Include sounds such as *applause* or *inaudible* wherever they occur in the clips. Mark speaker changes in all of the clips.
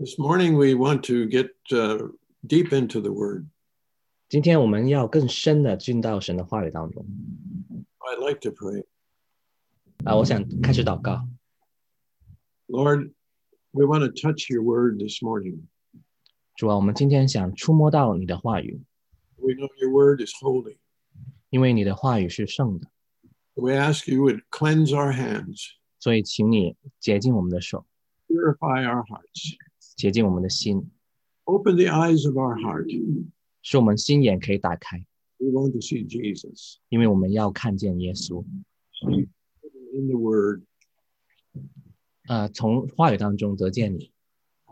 Speaker 1: This morning we want to get uh, deep into the Word.
Speaker 2: 今天我们要更深的进到神的话语当中
Speaker 1: I'd like to pray.
Speaker 2: 啊！我想开始祷告，
Speaker 1: Lord, we want to touch your Word this morning.
Speaker 2: 主啊，我们今天想触摸到你的话语，
Speaker 1: We know your Word is holy.
Speaker 2: 因为你的话语是圣的，
Speaker 1: We ask you would cleanse our hands,
Speaker 2: 所以请你洁净我们的手，
Speaker 1: purify our hearts,
Speaker 2: 洁净我们的心，
Speaker 1: open the eyes of our heart. We
Speaker 2: 使我们心眼可以打开，
Speaker 1: want to see Jesus.
Speaker 2: 因为我们要看见耶稣。
Speaker 1: See in the Word.
Speaker 2: 呃，从话语当中得见你，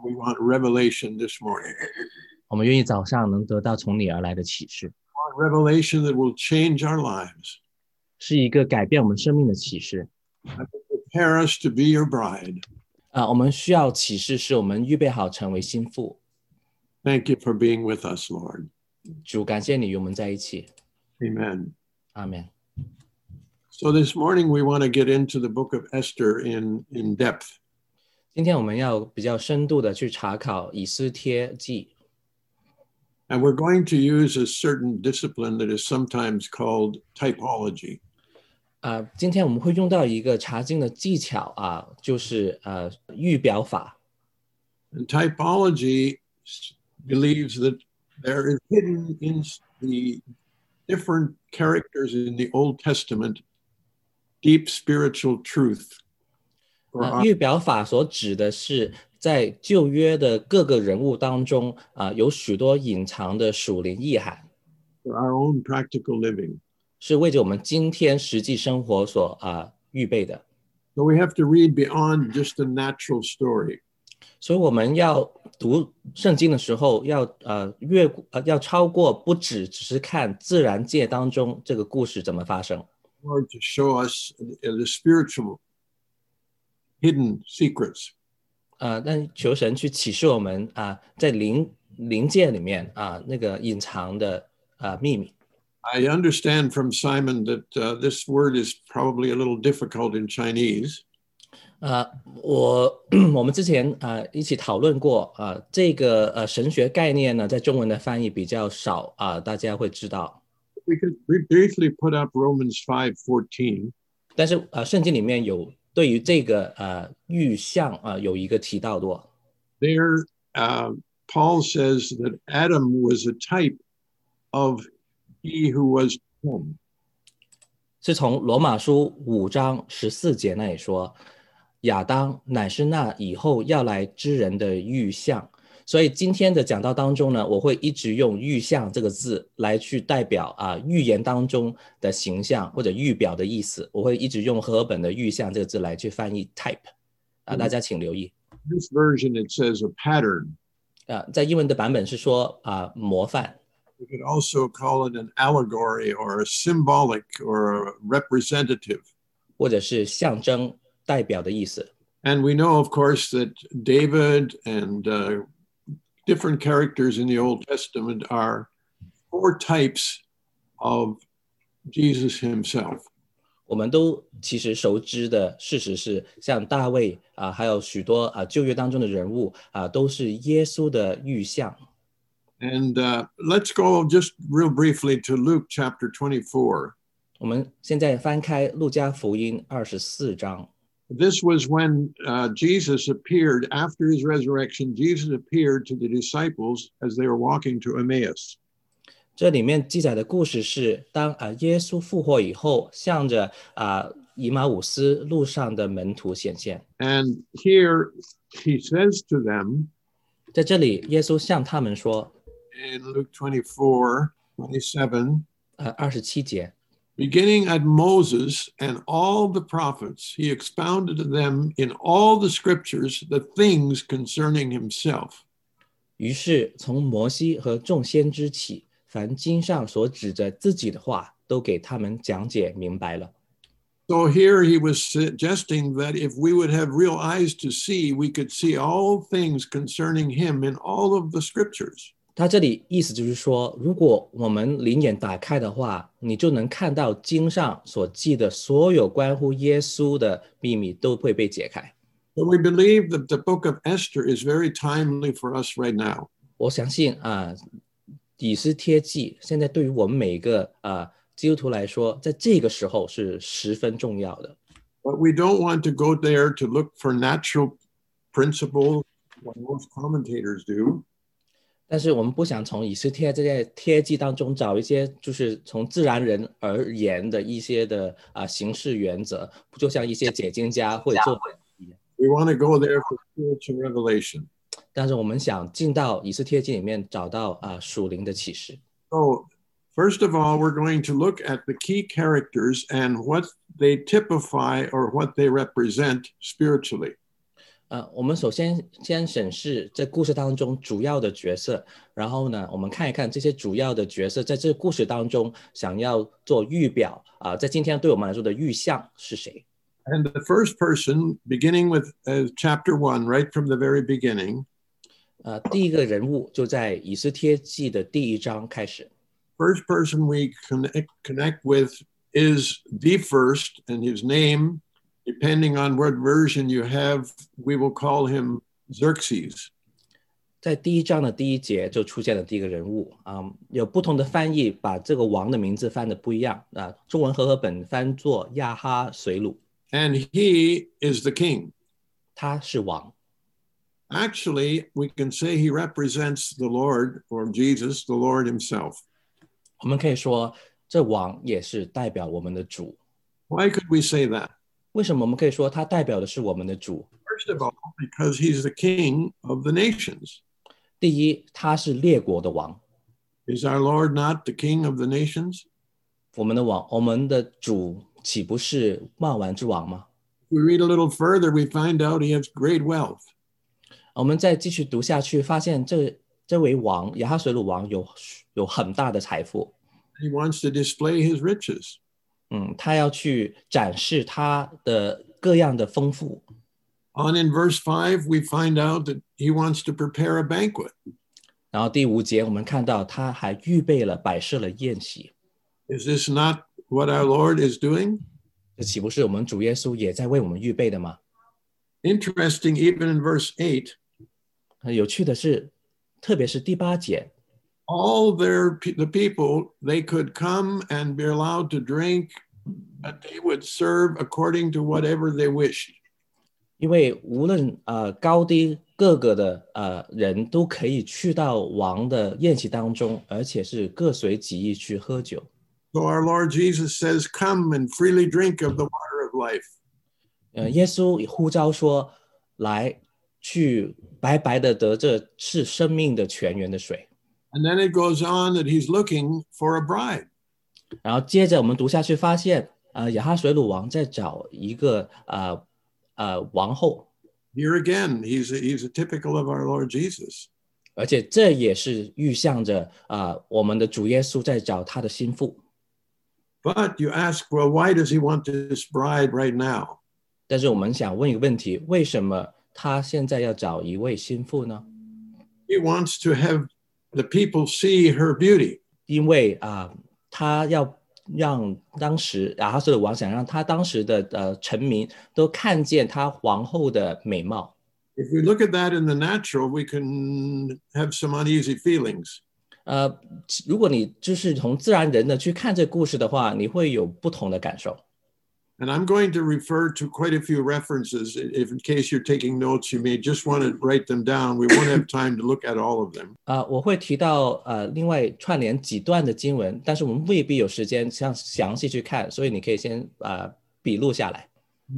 Speaker 1: We want revelation this morning. We
Speaker 2: 我们愿意早上能得到从你而来的启示，
Speaker 1: want revelation that will change our lives,
Speaker 2: 是一个改变我们生命的启示。
Speaker 1: prepare us to be your bride.
Speaker 2: 啊、我们需要启示，使我们预备好成为心腹。
Speaker 1: Thank you for being with us, Lord.
Speaker 2: 主，感谢你与我们在一起，
Speaker 1: Amen.
Speaker 2: 阿门。
Speaker 1: So this morning we want to get into the book of Esther in in depth.
Speaker 2: 今天我们要比较深度的去查考《以斯帖记》，
Speaker 1: And we're going to use a certain discipline that is sometimes called typology.
Speaker 2: 啊、今天我们会用到一个查经的技巧啊，就是呃预表法。
Speaker 1: And typology s- believes that there is hidden in s- the different characters in the Old Testament deep spiritual truth. Or
Speaker 2: 啊
Speaker 1: our-
Speaker 2: 预表法所指的是在旧约的各个人物当中啊、有许多隐藏的属灵意涵，
Speaker 1: for our own practical living.
Speaker 2: 是为着我们今天实际生活所啊、预备的。
Speaker 1: So we have to read beyond just the natural story.
Speaker 2: 所以我们要读圣经的时候，要呃越过呃要超过不止只是看自然界当中这个故事怎么发生，
Speaker 1: Lord to show us the the spiritual hidden secrets.
Speaker 2: 呃，但求神去启示我们啊、在灵灵界里面啊、那个隐藏的啊、秘密。
Speaker 1: I understand from Simon that uh, this word is probably a little difficult in Chinese.
Speaker 2: 呃，我 *clears throat* 我们之前啊、呃一起讨论过啊、呃这个呃神学概念呢，在中文的翻译比较少啊、大家会知道。
Speaker 1: We could br- briefly put up Romans 5:14.
Speaker 2: 但是呃，圣经里面有对于这个呃预象啊、呃有一个提到过，
Speaker 1: There, uh, Paul says that Adam was a type of he who was to come.
Speaker 2: 是从罗马书五章十四节那里说，亚当乃是那以后要来之人的预象。所以今天的讲道当中呢，我会一直用“预象”这个字来去代表啊预言当中的形象或者预表的意思。我会一直用和合本的“预象”这个字来去翻译 “type”，啊，
Speaker 1: 嗯
Speaker 2: 大家请留意
Speaker 1: In this version, it says a pattern.
Speaker 2: 啊，在英文的版本是说啊模范，
Speaker 1: We could also call it an allegory or a symbolic or a representative.
Speaker 2: 或者是象征、代表的意思。
Speaker 1: And we know, of course, that David and uh, different characters in the Old Testament are four types of Jesus himself.
Speaker 2: 我们都其实熟知的事实是，像大卫啊、还有许多啊、旧约当中的人物啊、都是耶稣的预像。
Speaker 1: And uh, let's go just real briefly to Luke chapter 24.
Speaker 2: 我们现在翻开《路加福音》二十四章，
Speaker 1: This was when uh, Jesus appeared after his resurrection. Jesus appeared to the disciples as they were walking to Emmaus.
Speaker 2: 这里面记载的故事是，当啊、耶稣复活以后，向着啊、以马五斯路上的门徒显现。
Speaker 1: And here he says to them,
Speaker 2: 在这里，耶稣向他们说，
Speaker 1: in Luke 24, 27,
Speaker 2: 呃，二十七节，
Speaker 1: Beginning at Moses and all the prophets, he expounded to them in all the scriptures the things concerning himself.
Speaker 2: 于是从摩西和众先知起，凡经上所指着自己的话，都给他们讲解明白了。
Speaker 1: So here he was suggesting that if we would have real eyes to see, we could see all things concerning him in all of the scriptures.
Speaker 2: 他这里意思就是说，如果我们灵眼打开的话，你就能看到经上所记的所有关乎耶稣的秘密都会被解开。
Speaker 1: But we believe that the book of Esther is very timely for us right now.
Speaker 2: 我相信啊，以斯帖记现在对于我们每一个啊基督徒来说，在这个时候是十分重要的。
Speaker 1: But we don't want to go there to look for natural principles, what most commentators do.
Speaker 2: 但是我们不想从以斯帖这些贴记当中找一些，就是从自然人而言的一些的啊、形式原则，就像一些解经家会做。
Speaker 1: We want to go there for spiritual revelation.
Speaker 2: 但是我们想进到以斯帖记里面找到啊、属灵的启示。
Speaker 1: So, first of all, we're going to look at the key characters and what they typify or what they represent spiritually.
Speaker 2: 呃，我们首先先审视这故事当中主要的角色，然后呢，我们看一看这些主要的角色在这故事当中想要做预表啊、在今天对我们来说的预象是谁？
Speaker 1: And the first person, beginning with uh, chapter one, right from the very beginning,
Speaker 2: 呃，第一个人物就在以斯帖记的第一章开始，
Speaker 1: first person we connect, connect with is the first, and his name, depending on what version you have, we will call him Xerxes.
Speaker 2: 在第一章的第一节就出现了第一个人物啊、嗯有不同的翻译把这个王的名字翻的不一样啊、中文和合本翻作亚哈随鲁，
Speaker 1: And he is the king.
Speaker 2: 他是王。
Speaker 1: Actually, we can say he represents the Lord or Jesus, the Lord himself.
Speaker 2: 我们可以说，这王也是代表我们的主。
Speaker 1: Why could we say that?
Speaker 2: 为什么我们可以说他代表的是我们的主？
Speaker 1: First of all, because he's the king of the nations.
Speaker 2: 第一，他是列国的王，
Speaker 1: Is our Lord not the king of the nations?
Speaker 2: 我们的王，我们的主岂不是万王之王吗？
Speaker 1: If we read a little further, we find out he has great wealth.
Speaker 2: 我们再继续读下去，发现这这位王亚哈水鲁王有有很大的财富，
Speaker 1: He wants to display his riches.
Speaker 2: 嗯，他要去展示他的各样的丰富。
Speaker 1: On in verse 5, we find out that he wants to prepare a banquet.
Speaker 2: 然后第五节，我们看到他还预备了摆设了宴席，
Speaker 1: Is this not what our Lord is doing?
Speaker 2: 这岂不是我们主耶稣也在为我们预备的吗？
Speaker 1: Interesting, even in verse 8,
Speaker 2: 有趣的是，特别是第八节，
Speaker 1: all their the people they could come and be allowed to drink, but they would serve according to whatever they wished.
Speaker 2: 因为无论呃高低各个的呃人都可以去到王的宴席当中，而且是各随己意去喝酒。
Speaker 1: So our Lord Jesus says, "Come and freely drink of the water of life."
Speaker 2: 呃，耶稣呼召说，来去白白的得这是生命的泉源的水。
Speaker 1: And then it goes on that he's looking for a bride.
Speaker 2: 然后接着我们读下去，发现呃亚哈水鲁王在找一个呃呃王后，
Speaker 1: Here again, he's he's a typical of our Lord Jesus.
Speaker 2: 而且这也是预象着啊、呃我们的主耶稣在找他的心腹。
Speaker 1: But you ask, well, why does he want this bride right now?
Speaker 2: 但是我们想问一个问题：为什么他现在要找一位心腹呢？
Speaker 1: He wants to have the people see her beauty.
Speaker 2: 因为啊、他要让当时亚哈斯的王想让他当时的呃臣民都看见他皇后的美貌。
Speaker 1: If we look at that in the natural, we can have some uneasy feelings.
Speaker 2: 呃，如果你就是从自然人的去看这故事的话，你会有不同的感受。
Speaker 1: And I'm going to refer to quite a few references. If in case you're taking notes, you may just want to write them down. We won't have time to look at all of them.
Speaker 2: 啊、我会提到呃，另外串联几段的经文，但是我们未必有时间像详细去看，所以你可以先呃笔录下来。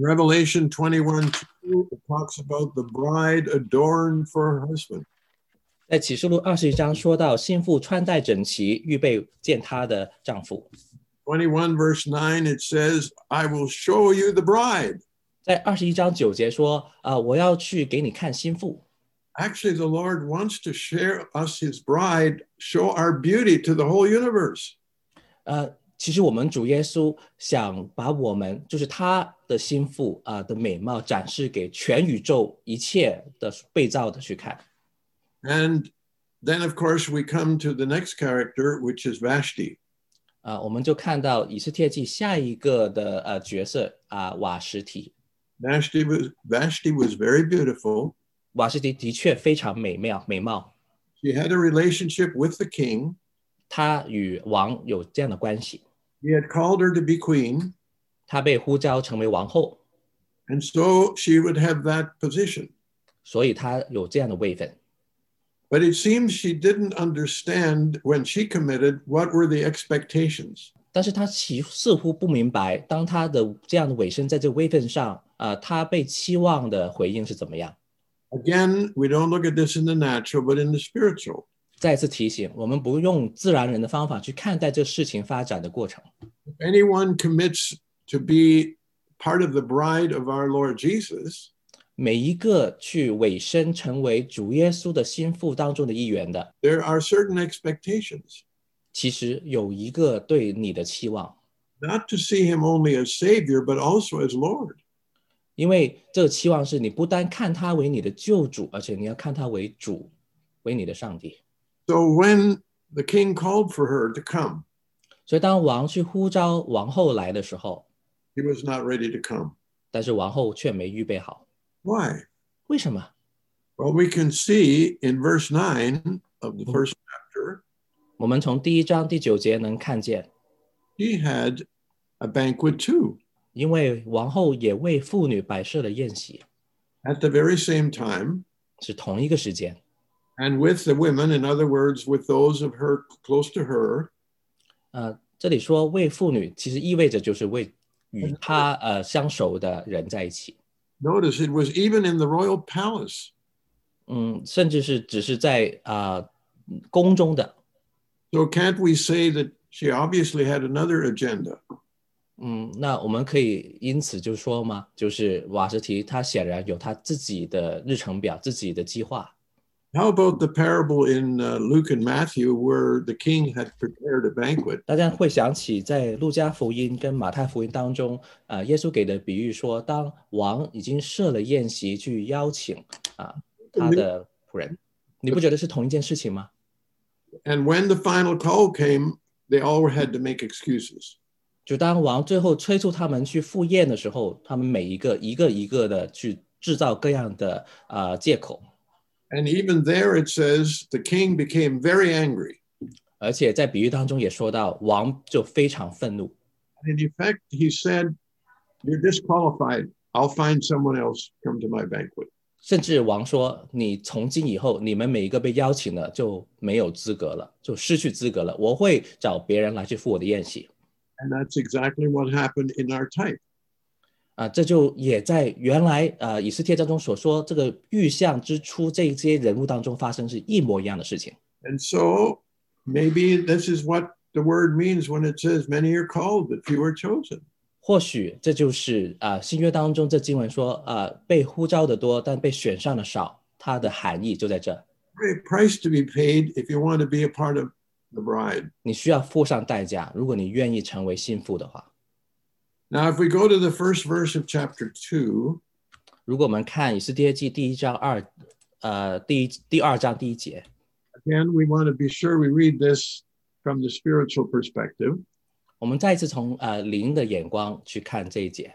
Speaker 1: Revelation 21 2, it talks about the bride adorned for her husband.
Speaker 2: 在启示录二十一章说到，心腹穿戴整齐，预备见她的丈夫。
Speaker 1: 21 verse 9, it says, I will show you the bride.
Speaker 2: 在二十一章九节说，啊、我要去给你看心腹。
Speaker 1: Actually, the Lord wants to share us his bride, show our beauty to the whole universe.
Speaker 2: 呃，其实我们主耶稣想把我们，就是他的心腹啊、的美貌展示给全宇宙一切的被造的去看。
Speaker 1: And then, of course, we come to the next character, which is Vashti.
Speaker 2: 啊、我们就看到以斯帖记下一个的呃角色啊、瓦实提，
Speaker 1: Vashti was, Vashti was very beautiful.
Speaker 2: 瓦士迪的确非常美妙美貌，
Speaker 1: She had a relationship with the king.
Speaker 2: 她与王有这样的关系，
Speaker 1: He had called her to be queen,
Speaker 2: 她被呼召成为王后，
Speaker 1: and so she would have that position.
Speaker 2: 所以她有这样的位分。
Speaker 1: But it seems she didn't understand when she committed what were the expectations.
Speaker 2: 但是她其似乎不明白，当她的这样的尾声在这个位分上，啊、她被期望的回应是怎么样？
Speaker 1: Again, we don't look at this in the natural, but in the spiritual.
Speaker 2: 再次提醒，我们不用自然人的方法去看待这事情发展的过程。
Speaker 1: If anyone commits to be part of the bride of our Lord Jesus,
Speaker 2: 每一个去委身成为主耶稣的心腹当中的一员的，
Speaker 1: there are certain expectations,
Speaker 2: 其实有一个对你的期望，
Speaker 1: not to see him only as Savior, but also as Lord.
Speaker 2: 因为这个期望是你不单看他为你的救主，而且你要看他为主，为你的上帝。
Speaker 1: So when the king called for her to come,
Speaker 2: 所以当王去呼召王后来的时候，
Speaker 1: he was not ready to come.
Speaker 2: 但是王后却没预备好，
Speaker 1: Why?
Speaker 2: 为什么？
Speaker 1: Well, we can see in verse 9 of the first chapter,
Speaker 2: 我们从第一章第九节能看见，
Speaker 1: he had a banquet too
Speaker 2: 因为王后也为妇女摆设了宴席，
Speaker 1: at the very same time,
Speaker 2: 是同一个时间，
Speaker 1: and with the women, in other words, with those of her close to her,
Speaker 2: 呃，这里说为妇女，其实意味着就是为与她呃相熟的人在一起，
Speaker 1: Notice it was even in the royal palace.
Speaker 2: 嗯，甚至是只是在啊、呃宫中的，
Speaker 1: So can't we say that she obviously had another agenda?
Speaker 2: 嗯，那我们可以因此就说嘛，就是瓦什提她显然有她自己的日程表、自己的计划。
Speaker 1: How about the parable in uh, Luke and Matthew where the king had prepared a banquet?
Speaker 2: 大家会想起在路加福音跟马太福音当中，啊、耶稣给的比喻说，当王已经设了宴席去邀请啊、他的仆人，你不觉得是同一件事情吗？
Speaker 1: And when the final call came, they all had to make excuses.
Speaker 2: 就当王最后催促他们去赴宴的时候，他们每一个一个一个的去制造各样的呃借口，
Speaker 1: And even there it says the king became very angry.
Speaker 2: 而且在比喻当中也说到，王就非常愤怒，
Speaker 1: And in effect, he said, You're disqualified. I'll find someone else to come to my banquet.
Speaker 2: 甚至王说：“你从今以后，你们每一个被邀请的就没有资格了，就失去资格了，我会找别人来去赴我的宴席。”
Speaker 1: And that's exactly what happened in our type.
Speaker 2: 啊，这就也在原来呃以斯帖当中所说这个预象之初这一些人物当中发生是一模一样的事情。
Speaker 1: And so maybe this is what the word means when it says many are called, but few are chosen.
Speaker 2: 或许这就是啊、呃新约当中这经文说啊、呃被呼召的多，但被选上的少，它的含义就在这。
Speaker 1: Great price to be paid if you want to be a part of the bride.
Speaker 2: 你需要付上代价，如果你愿意成为信父的话。
Speaker 1: Now, if we go to the first verse of chapter two,
Speaker 2: 如果我们看以斯帖记第一章二，呃，第一第二章第一节，
Speaker 1: again, we want to be sure we read this from the spiritual perspective.
Speaker 2: 我们再一次从呃灵的眼光去看这一节。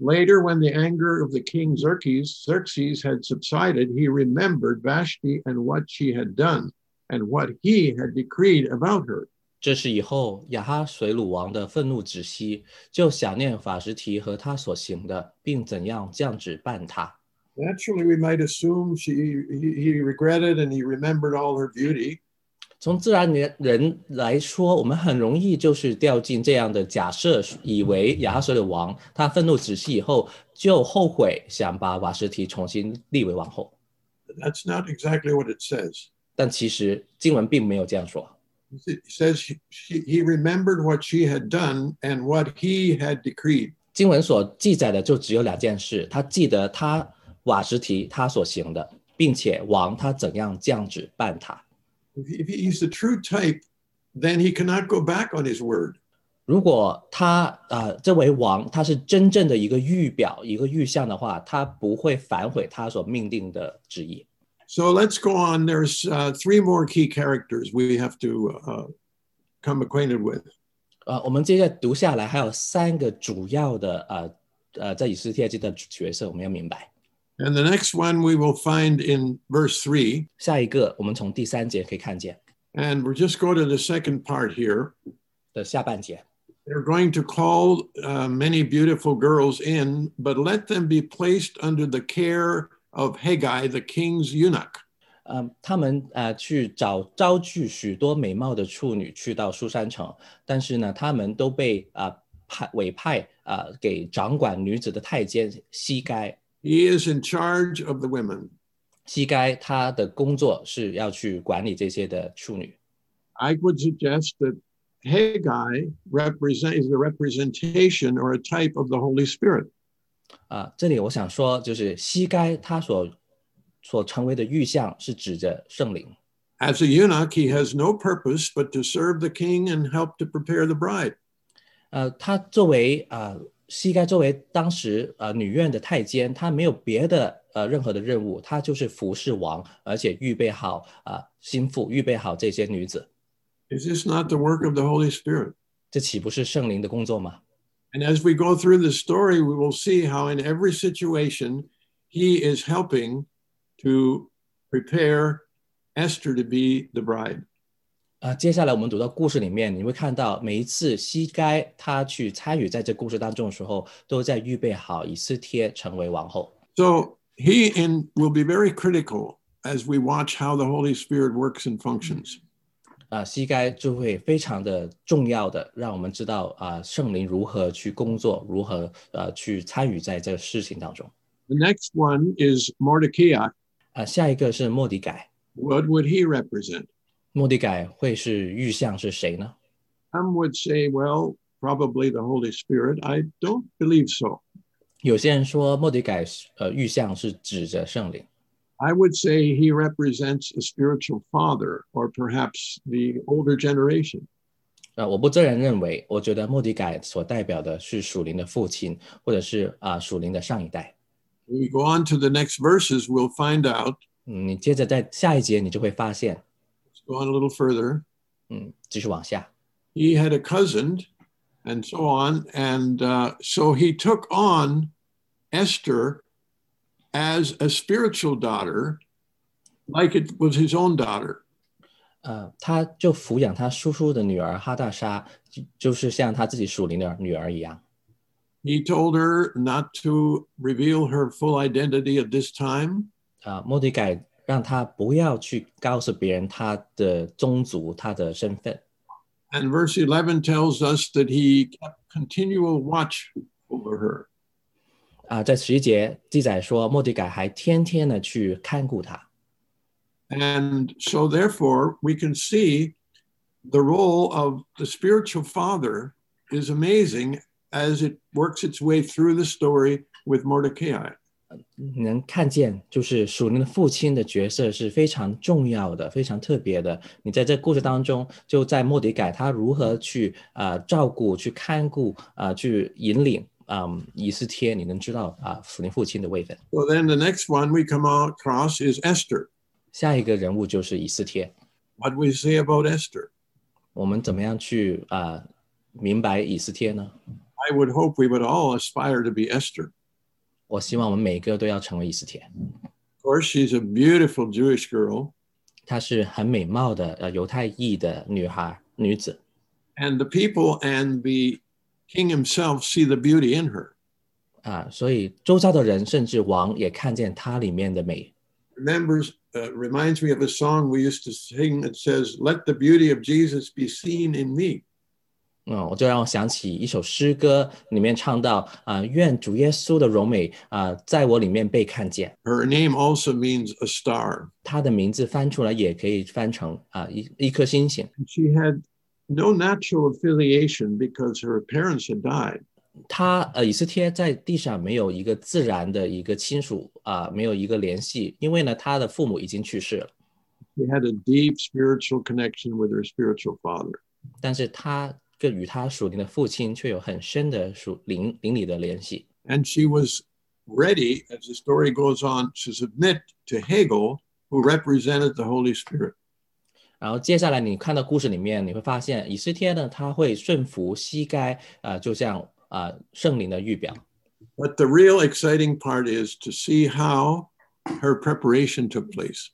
Speaker 1: Later, when the anger of the king Xerxes, Xerxes had subsided, he remembered Vashti and what she had done and what he had decreed about her.
Speaker 2: 这是以后亚哈水鲁王的愤怒止息，就想念法什提和他所行的，并怎样降旨办他。
Speaker 1: Naturally, we might assume she he, he regretted and he remembered all her beauty.
Speaker 2: 从自然人人来说，我们很容易就是掉进这样的假设，以为亚哈水鲁王他愤怒止息以后就后悔，想把瓦什提重新立为王后。
Speaker 1: That's not exactly what it says.
Speaker 2: 但其实经文并没有这样说。
Speaker 1: It says she, she, he remembered what she had done and what he had decreed.
Speaker 2: 经文所记载的就只有两件事，他记得他瓦什提他所行的，并且王他怎样降旨办他。
Speaker 1: If he- if he's the true type, then he cannot go back on his word.
Speaker 2: 如果他啊、呃这位王他是真正的一个预表一个预象的话，他不会反悔他所命定的旨意。
Speaker 1: So let's go on. There's uh, three more key characters we have to uh, come acquainted with.
Speaker 2: 呃，我们接着读下来，还有三个主要的呃呃，在以斯帖记的角色，我们要明白。
Speaker 1: And the next one we will find in verse 3.
Speaker 2: 下一个，我们从第三节可以看见
Speaker 1: And we'll just go to the second part here.
Speaker 2: 的下半节，
Speaker 1: They're going to call uh, many beautiful girls in, but let them be placed under the care of Haggai, the king's eunuch.
Speaker 2: 呃，他们呃去找招聚许多美貌的处女去到苏珊城，但是呢，他们都被啊、呃派委派啊、呃给掌管女子的太监西该。
Speaker 1: He is in charge of the women.
Speaker 2: 西该他的工作是要去管理这些的处女，
Speaker 1: I would suggest that Haggai represent, is a representation or a type of the Holy Spirit.
Speaker 2: 啊、这里我想说，就是西该他所所成为的预象是指着圣灵。
Speaker 1: As a eunuch, he has no purpose but to serve the king and help to prepare the bride.
Speaker 2: 呃，他作为啊、呃西该作为当时呃女院的太监，他没有别的呃任何的任务，他就是服侍王，而且预备好啊、呃心腹，预备好这些女子，
Speaker 1: Is this not the work of the Holy Spirit?
Speaker 2: 这岂不是圣灵的工作吗？
Speaker 1: And as we go through the story, we will see how in every situation he is helping to prepare Esther to be the bride.
Speaker 2: 啊，接下来我们读到故事里面，你会看到每一次西该他去参与在这故事当中的时候，都在预备好以斯帖成为王后。
Speaker 1: So he in, will be very critical as we watch how the Holy Spirit works and functions.
Speaker 2: 啊，西该就会非常的重要的，让我们知道啊，圣灵如何去工作，如何呃去参与在这个事情当中。
Speaker 1: The next one is Mordecai.
Speaker 2: 啊，下一个是莫迪改，
Speaker 1: What would he represent?
Speaker 2: 莫迪改会是预象是谁呢？
Speaker 1: Some would say, well, probably the Holy Spirit. I don't believe so.
Speaker 2: 有些人说莫迪改是呃预象是指着圣灵，
Speaker 1: I would say he represents a spiritual father or perhaps the older generation.
Speaker 2: 呃，我不这样认为，我觉得莫迪改所代表的是属灵的父亲，或者是啊、属灵的上一代。
Speaker 1: When we go on to the next verses, we'll find out.
Speaker 2: 嗯，你接着在下一节你就会发现，
Speaker 1: Let's go on a little further.
Speaker 2: 嗯，继续往下，
Speaker 1: He had a cousin and so on. And uh, so he took on Esther as a spiritual daughter, like it was his own daughter.
Speaker 2: 呃，他就抚养他叔叔的女儿哈大莎，就就是像他自己属灵的女儿一样。
Speaker 1: He told her not to reveal her full identity at this time.
Speaker 2: 啊，莫迪改让他不要去告诉别人他的宗族、他的身份。
Speaker 1: And verse 11 tells us that he kept continual watch over her.
Speaker 2: 啊，在十一节记载说，莫迪改还天天的去看顾他。
Speaker 1: And so, therefore, we can see the role of the spiritual father is amazing as it works its way through the story with Mordecai.
Speaker 2: 你能看见，就是属灵的父亲的角色是非常重要的、非常特别的。你在这故事当中，就在莫迪改他如何去啊照顾、去看顾、啊、去引领啊、以斯帖，你能知道啊、属灵父亲的位分。
Speaker 1: So, then the next one we come out across is Esther.
Speaker 2: 下一个人物就是以斯帖，
Speaker 1: What do we say about Esther?
Speaker 2: 我们怎么样去啊、明白以斯帖呢？
Speaker 1: I would hope we would all aspire to be Esther.
Speaker 2: 我希望我们每个都要成为以斯帖。
Speaker 1: Of course, she's a beautiful Jewish girl,
Speaker 2: 她是很美貌的呃犹太裔的女孩女子，
Speaker 1: and the people and the king himself see the beauty in her.
Speaker 2: 啊，所以周遭的人甚至王也看见它里面的美。
Speaker 1: Remembers, uh, reminds me of a song we used to sing that says, "Let the beauty of Jesus be seen in me."
Speaker 2: 嗯，我就让我想起一首诗歌，里面唱到啊、愿主耶稣的荣美啊、在我里面被看见。
Speaker 1: Her name also means a star.
Speaker 2: 他的名字翻出来也可以翻成啊、一一颗星星。
Speaker 1: And She had no natural affiliation because her parents had died.
Speaker 2: 他呃，以斯帖在地上没有一个自然的一个亲属啊、没有一个联系，因为呢，他的父母已经去世了，
Speaker 1: She had a deep spiritual connection with her spiritual father.
Speaker 2: 但是他跟与他属灵的父亲却有很深的属灵灵里的联系。
Speaker 1: and she was ready, as the story goes on, to submit to Hegel, who represented the Holy Spirit.
Speaker 2: 然后接下来你看到故事里面，你会发现以斯帖呢，他会顺服膝盖，呃，就像啊、呃、圣灵的预表。
Speaker 1: But the real exciting part is to see how her preparation took place.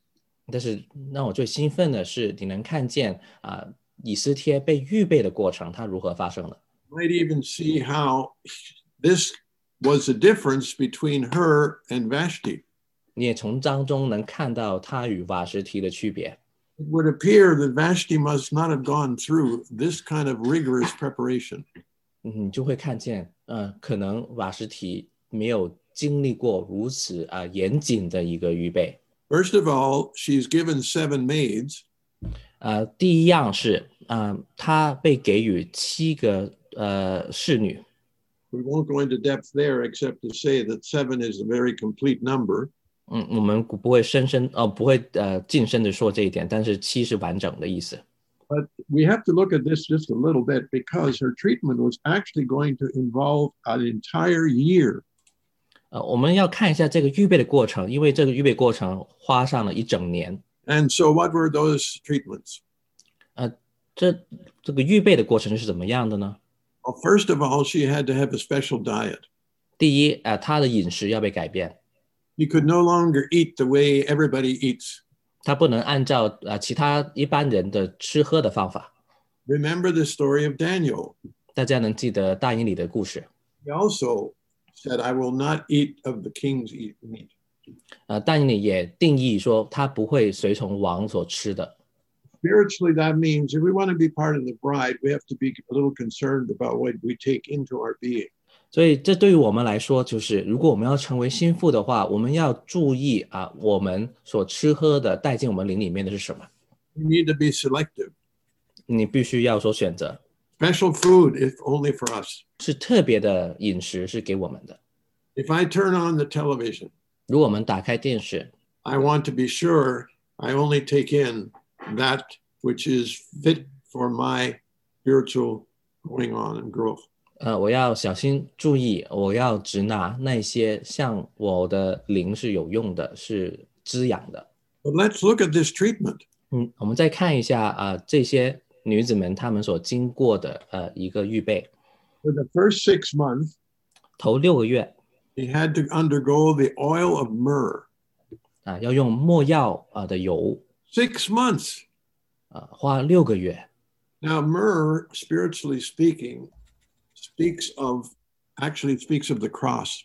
Speaker 2: 但是让我最兴奋的是，你能看见啊、以斯帖被预备的过程，它如何发生的。
Speaker 1: might even see how this was the difference between her and Vashti.
Speaker 2: 你也从当中能看到她与瓦什提的区别。
Speaker 1: It would appear that Vashti must not have gone through this kind of rigorous preparation.
Speaker 2: 你就会看见，呃，可能瓦什提没有经历过如此啊、严谨的一个预备。
Speaker 1: First of all, she's given seven maids,
Speaker 2: 呃，第一样是，呃，她被给予七个呃侍女，
Speaker 1: we won't go into depth there except to say that seven is a very complete number.
Speaker 2: 嗯，我们不会深深呃不会呃近深的说这一点，但是七是完整的意思。
Speaker 1: We have to look at this just a little bit because her treatment was actually going to involve an entire year.
Speaker 2: 呃，我们要看一下这个预备的过程，因为这个预备过程花上了一整年。
Speaker 1: And so, what were those treatments?
Speaker 2: 这这个预备的过程是怎么样的呢？
Speaker 1: Well, first of all, she had to have a special diet.
Speaker 2: 第一，呃，她的饮食要被改变，
Speaker 1: She could no longer eat the way everybody eats.
Speaker 2: 她不能按照呃其他一般人的吃喝的方法。
Speaker 1: Remember the story of Daniel.
Speaker 2: 大家能记得大英里的故事？
Speaker 1: He also said, I will not eat of the king's eat- meat.
Speaker 2: 呃，大英里也定义说他不会随从王所吃的。
Speaker 1: Spiritually, that means if we want to be part of the bride, we have to be a little concerned about what we take into our being.
Speaker 2: 所以，这对于我们来说，就是如果我们要成为心腹的话，我们要注意啊，我们所吃喝的带进我们灵里面的是什么？
Speaker 1: We need to be selective.
Speaker 2: 你必须要所选择，
Speaker 1: Special food, if only for us.
Speaker 2: 是特别的饮食是给我们的。
Speaker 1: If I turn on the television,
Speaker 2: 如果我们打开电视，
Speaker 1: I want to be sure I only take in that which is fit for my spiritual going on and growth.
Speaker 2: 呃，我要小心注意，我要只拿那些像我的灵是有用的，是滋养的。
Speaker 1: But let's look at this treatment.
Speaker 2: 嗯，我们再看一下啊、呃这些女子们她们所经过的呃一个预备，
Speaker 1: For the first six months,
Speaker 2: 头六个月
Speaker 1: he had to undergo the oil of myrrh.
Speaker 2: 啊、要用没药啊、呃的油
Speaker 1: Six months.
Speaker 2: 啊、呃花六个月。
Speaker 1: Now, myrrh, spiritually speaking, speaks of actually speaks of the cross.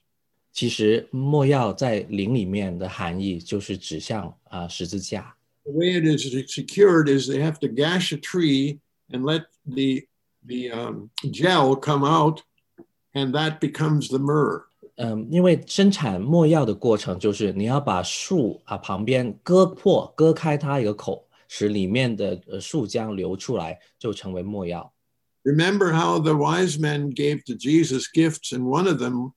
Speaker 2: 其实没药在灵里面的含义就是指向啊、呃十字架，
Speaker 1: The way it is secured is they have to gash a tree and let the the um, gel come out, and that becomes the myrrh.
Speaker 2: 嗯，因为生产墨药的过程就是你要把树啊旁边割破、割开它一个口，使里面的呃树浆流出来，就成为墨药。
Speaker 1: Remember how the wise men gave to Jesus gifts, and one of them,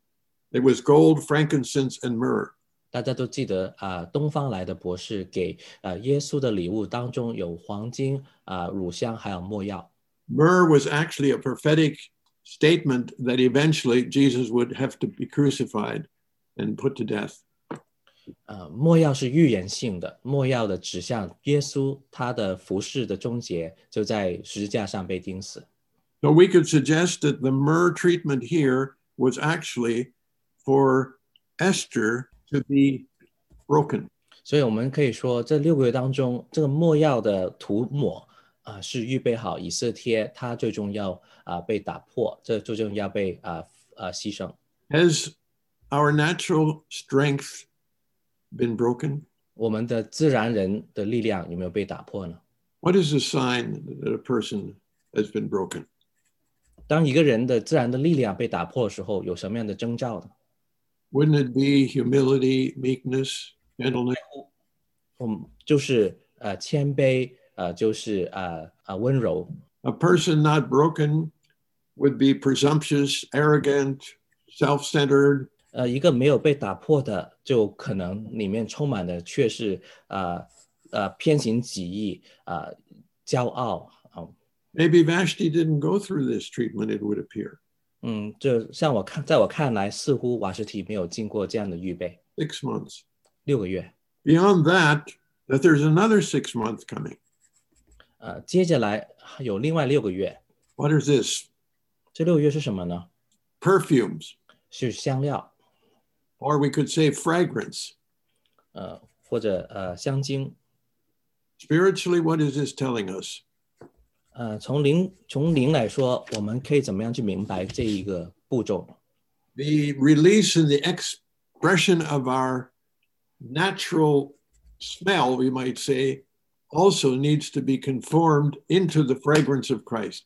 Speaker 1: it was gold, frankincense, and myrrh.
Speaker 2: 大家都记得啊、东方来的博士给呃耶稣的礼物当中有黄金啊、乳香还有墨药。
Speaker 1: Myrrh was actually a prophetic statement that eventually Jesus would have to be crucified and put to death.
Speaker 2: 呃，墨药是预言性的，墨药的指向耶稣他的服饰的终结就在十字架上被钉死。
Speaker 1: So we could suggest that the myrrh treatment here was actually for Esther to be broken.
Speaker 2: 所以我们可以说，这六个月当中，这个墨药的涂抹啊、是预备好以色帖，它最终要啊、被打破，这最终要被啊啊、牺牲。
Speaker 1: Has our natural strength been broken?
Speaker 2: 我们的自然人的力量有没有被打破呢？
Speaker 1: What is a sign that a person has been broken?
Speaker 2: 当一个人的自然的力量被打破的时候，有什么样的征兆呢？
Speaker 1: Wouldn't it be humility, meekness, gentleness?
Speaker 2: 我们就是呃谦卑，呃就是呃呃温柔。
Speaker 1: A person not broken would be presumptuous, arrogant, self centered,
Speaker 2: 呃，一个没有被打破的，就可能里面充满的却是呃呃偏行己意啊、呃骄傲啊、
Speaker 1: Maybe Vashti didn't go through this treatment, it would appear.
Speaker 2: 嗯，这像我看，在我看来，似乎瓦什提没有经过这样的预备，
Speaker 1: Six months.
Speaker 2: 六个月。
Speaker 1: Beyond that, that there's another six months coming.
Speaker 2: 呃，接下来有另外六个月，
Speaker 1: What is this?
Speaker 2: 这六个月是什么呢？
Speaker 1: Perfumes.
Speaker 2: 是香料。
Speaker 1: or we could say fragrance.
Speaker 2: 呃，或者呃香精。
Speaker 1: Spiritually, what is this telling us?
Speaker 2: 呃，从灵从灵来说，我们可以怎么样去明白这一个步骤？
Speaker 1: The release and the expression of our natural smell, we might say, also needs to be conformed into the fragrance of Christ.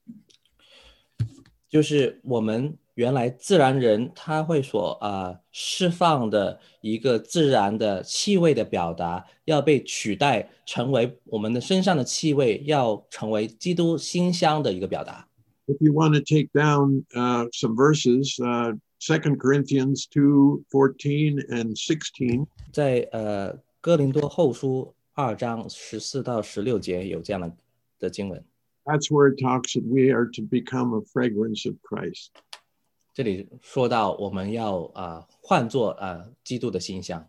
Speaker 2: 就是我们原来自然人他会所呃释放的一个自然的气味的表达，要被取代成为我们的身上的气味，要成为基督馨香的一个表达。
Speaker 1: If you want to take down uh, some verses, uh, 2 Corinthians 2 14 and 16.
Speaker 2: 在呃哥林多后书二章十四到十六节有这样的的经文，
Speaker 1: That's where it talks that we are to become a fragrance of Christ.
Speaker 2: 这里说到我们要啊、呃换作啊、呃基督的馨香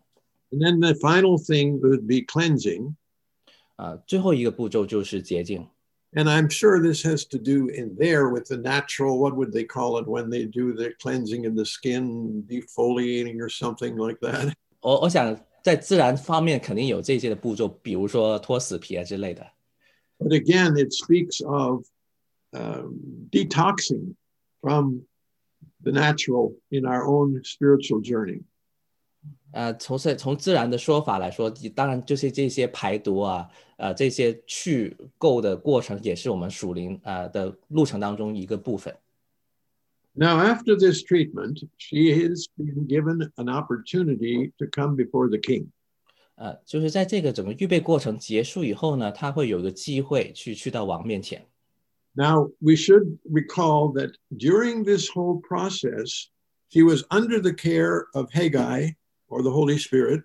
Speaker 1: And then the final thing would be cleansing.
Speaker 2: 啊、最后一个步骤就是洁净。
Speaker 1: And I'm sure this has to do in there with the natural, what would they call it when they do the cleansing of the skin, defoliating or something like that.
Speaker 2: 我我想在自然方面肯定有这些的步骤，比如说脱死皮啊之类的。
Speaker 1: But again, it speaks of um, detoxing from the natural in our own spiritual journey.
Speaker 2: 呃，从是从自然的说法来说，当然就是这些排毒啊，呃，这些去垢的过程，也是我们属灵啊、呃的路程当中一个部分。
Speaker 1: Now, after this treatment, she is being given an opportunity to come before the king.
Speaker 2: 呃，就是在这个整个预备过程结束以后呢，他会有一个机会去去到王面前。
Speaker 1: Now, we should recall that during this whole process, she was under the care of Haggai or the Holy Spirit,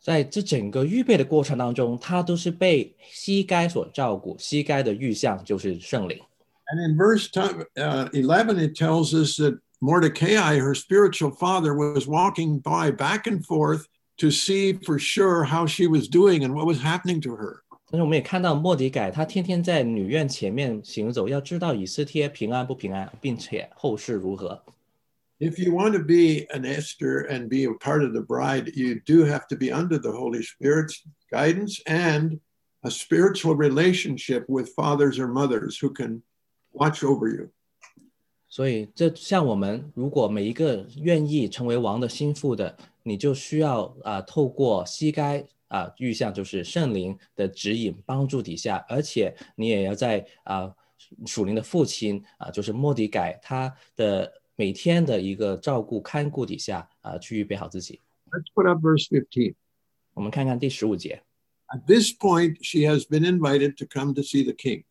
Speaker 2: 在这整个预备的过程当中，他都是被膝盖所照顾，膝盖的预象就是圣灵。
Speaker 1: And in verse ti- uh, 11, it tells us that Mordecai, her spiritual father, was walking by back and forth to see for sure how she was doing and what was happening to her.
Speaker 2: 但是我们也看到莫迪改，他天天在女院前面行走，要知道以斯帖平安不平安，并且后事如何。
Speaker 1: If you want to be an Esther and be a part of the bride, you do have to be under the Holy Spirit's guidance and a spiritual relationship with fathers or mothers who can watch over you.
Speaker 2: 所以，这像我们如果每一个愿意成为王的心腹的，你就需要啊、透过膝盖啊、预象，就是圣灵的指引帮助底下，而且你也要在啊、属灵的父亲啊、就是莫迪改他的每天的一个照顾看顾底下啊、去预备好自己。
Speaker 1: Let's put up verse 15.
Speaker 2: 我们看看第十五节。
Speaker 1: At this point, she has been invited to come to see the king.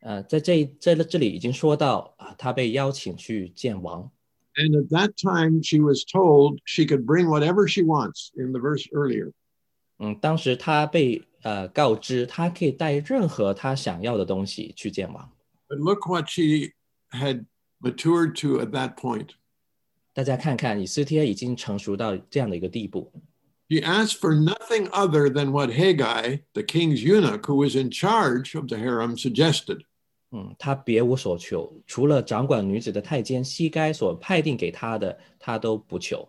Speaker 2: 呃，在这在这里已经说到啊，他被邀请去见王。
Speaker 1: And at that time, she was told she could bring whatever she wants in the verse earlier.
Speaker 2: 嗯，当时他被呃告知，他可以带任何他想要的东西去见王。
Speaker 1: But look what she had matured to at that point.
Speaker 2: 大家看看，以斯帖已经成熟到这样的一个地步，
Speaker 1: She asked for nothing other than what Haggai, the king's eunuch who was in charge of the harem, suggested.
Speaker 2: 嗯，他别无所求，除了掌管女子的太监西该所派定给他的，他都不求。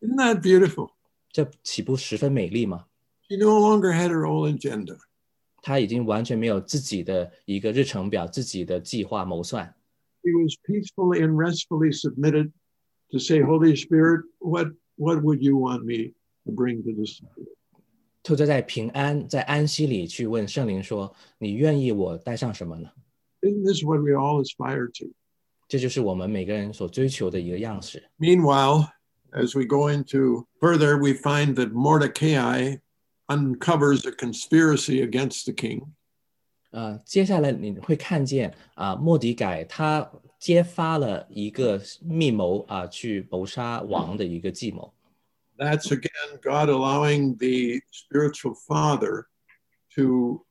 Speaker 1: Isn't that beautiful?
Speaker 2: 这岂不十分美丽吗？
Speaker 1: She no longer had her own agenda.
Speaker 2: 他已经完全没有自己的一个日程表、自己的计划谋算，
Speaker 1: She was peacefully and restfully submitted to say, Holy Spirit, what, what would you want me to bring to this?
Speaker 2: 就在在平安在安息里去问圣灵说：“你愿意我带上什么呢
Speaker 1: Isn't this what we all aspire to? ？”
Speaker 2: 这就是我们每个人所追求的一个样式。
Speaker 1: Meanwhile, as we go into further, we find that Mordecai uncovers a conspiracy against the king.
Speaker 2: 呃，接下来你会看见啊、莫迪改他揭发了一个密谋啊、去谋杀王的一个计谋。
Speaker 1: That's again God allowing the spiritual father to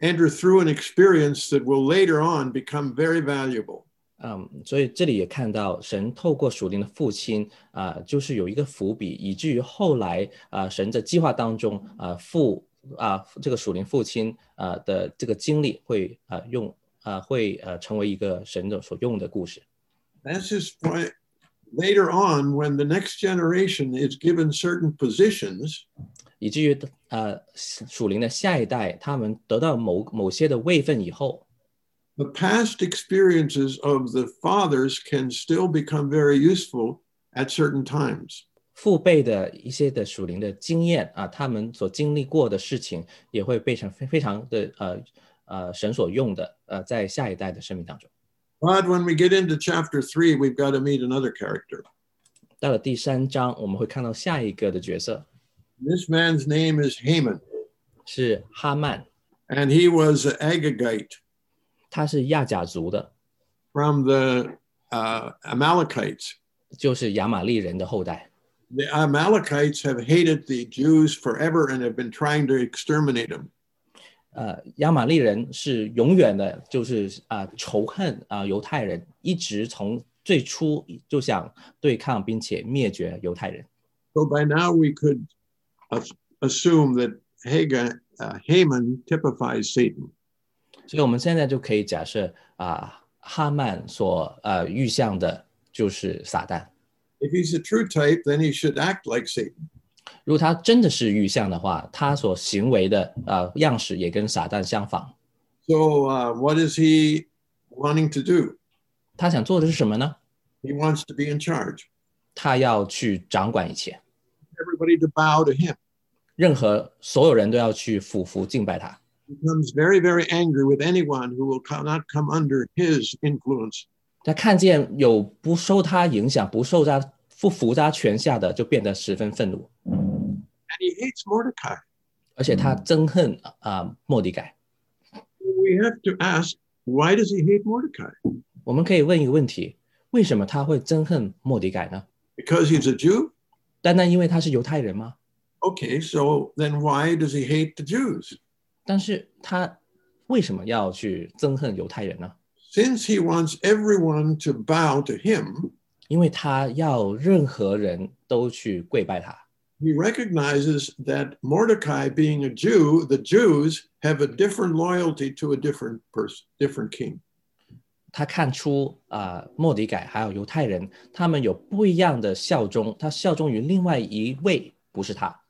Speaker 1: enter through an experience that will later on become very valuable.
Speaker 2: 嗯，所以这里也看到神透过属灵的父亲啊、就是有一个伏笔，以至于后来啊、神的计划当中啊、父啊、这个属灵父亲啊、的这个经历会啊、用啊、会呃成为一个神的所用的故事。
Speaker 1: That's his point. later on, when the next generation is given certain positions,
Speaker 2: 以至于呃属灵的下一代他们得到某某些的位分以后，
Speaker 1: the past experiences of the fathers can still become very useful at certain times.
Speaker 2: 父辈的一些的属灵的经验啊，他们所经历过的事情也会变成非非常的呃呃神所用的呃在下一代的生命当中。
Speaker 1: But when we get into chapter three, we've got to meet another character.
Speaker 2: 到了第三章，我们会看到下一个的角色
Speaker 1: This man's name is Haman,
Speaker 2: 是哈曼，
Speaker 1: and he was an Agagite
Speaker 2: 他是亚甲族的，
Speaker 1: from the uh, Amalekites.
Speaker 2: 就是亚玛力人的后代。
Speaker 1: The Amalekites have hated the Jews forever and have been trying to exterminate them.
Speaker 2: 呃，亚玛力人是永远的，就是啊、呃仇恨啊、呃犹太人，一直从最初就想对抗并且灭绝犹太人。
Speaker 1: So by now we could as- assume that Haga, uh, Haman typifies Satan.
Speaker 2: 所以我们现在就可以假设啊、哈曼所呃预象的就是撒旦。
Speaker 1: If he's a true type, then he should act like Satan.
Speaker 2: 如果他真的是预象的话，他所行为的呃样式也跟撒旦相仿。
Speaker 1: So uh, what is he wanting to do?
Speaker 2: 他想做的是什么呢？
Speaker 1: He wants to be in charge.
Speaker 2: 他要去掌管一切，
Speaker 1: Everybody to bow to him.
Speaker 2: 任何所有人都要去俯伏敬拜他。
Speaker 1: He becomes very, very angry with anyone who will co- not come under his influence.
Speaker 2: 他看见有不受他影响、不受他不服他权下的，就变得十分愤怒，
Speaker 1: And he hates Mordecai.
Speaker 2: 而且他憎恨啊、莫迪改。
Speaker 1: We have to ask, why does he hate Mordecai?
Speaker 2: 我们可以问一个问题：为什么他会憎恨莫迪改呢？
Speaker 1: Because he's a Jew?
Speaker 2: 单单因为他是犹太人吗？
Speaker 1: Okay, so then why does he hate the Jews?
Speaker 2: 但是他为什么要去憎恨犹太人呢？
Speaker 1: Since he wants everyone to bow to him,
Speaker 2: 因为他要任何人都去跪拜他。
Speaker 1: he recognizes that Mordecai, being a Jew, the Jews have a different loyalty to a different person, different king.
Speaker 2: 他看出啊、呃莫迪改还有犹太人，他们有不一样的效忠，他效忠于另外一位，不是他。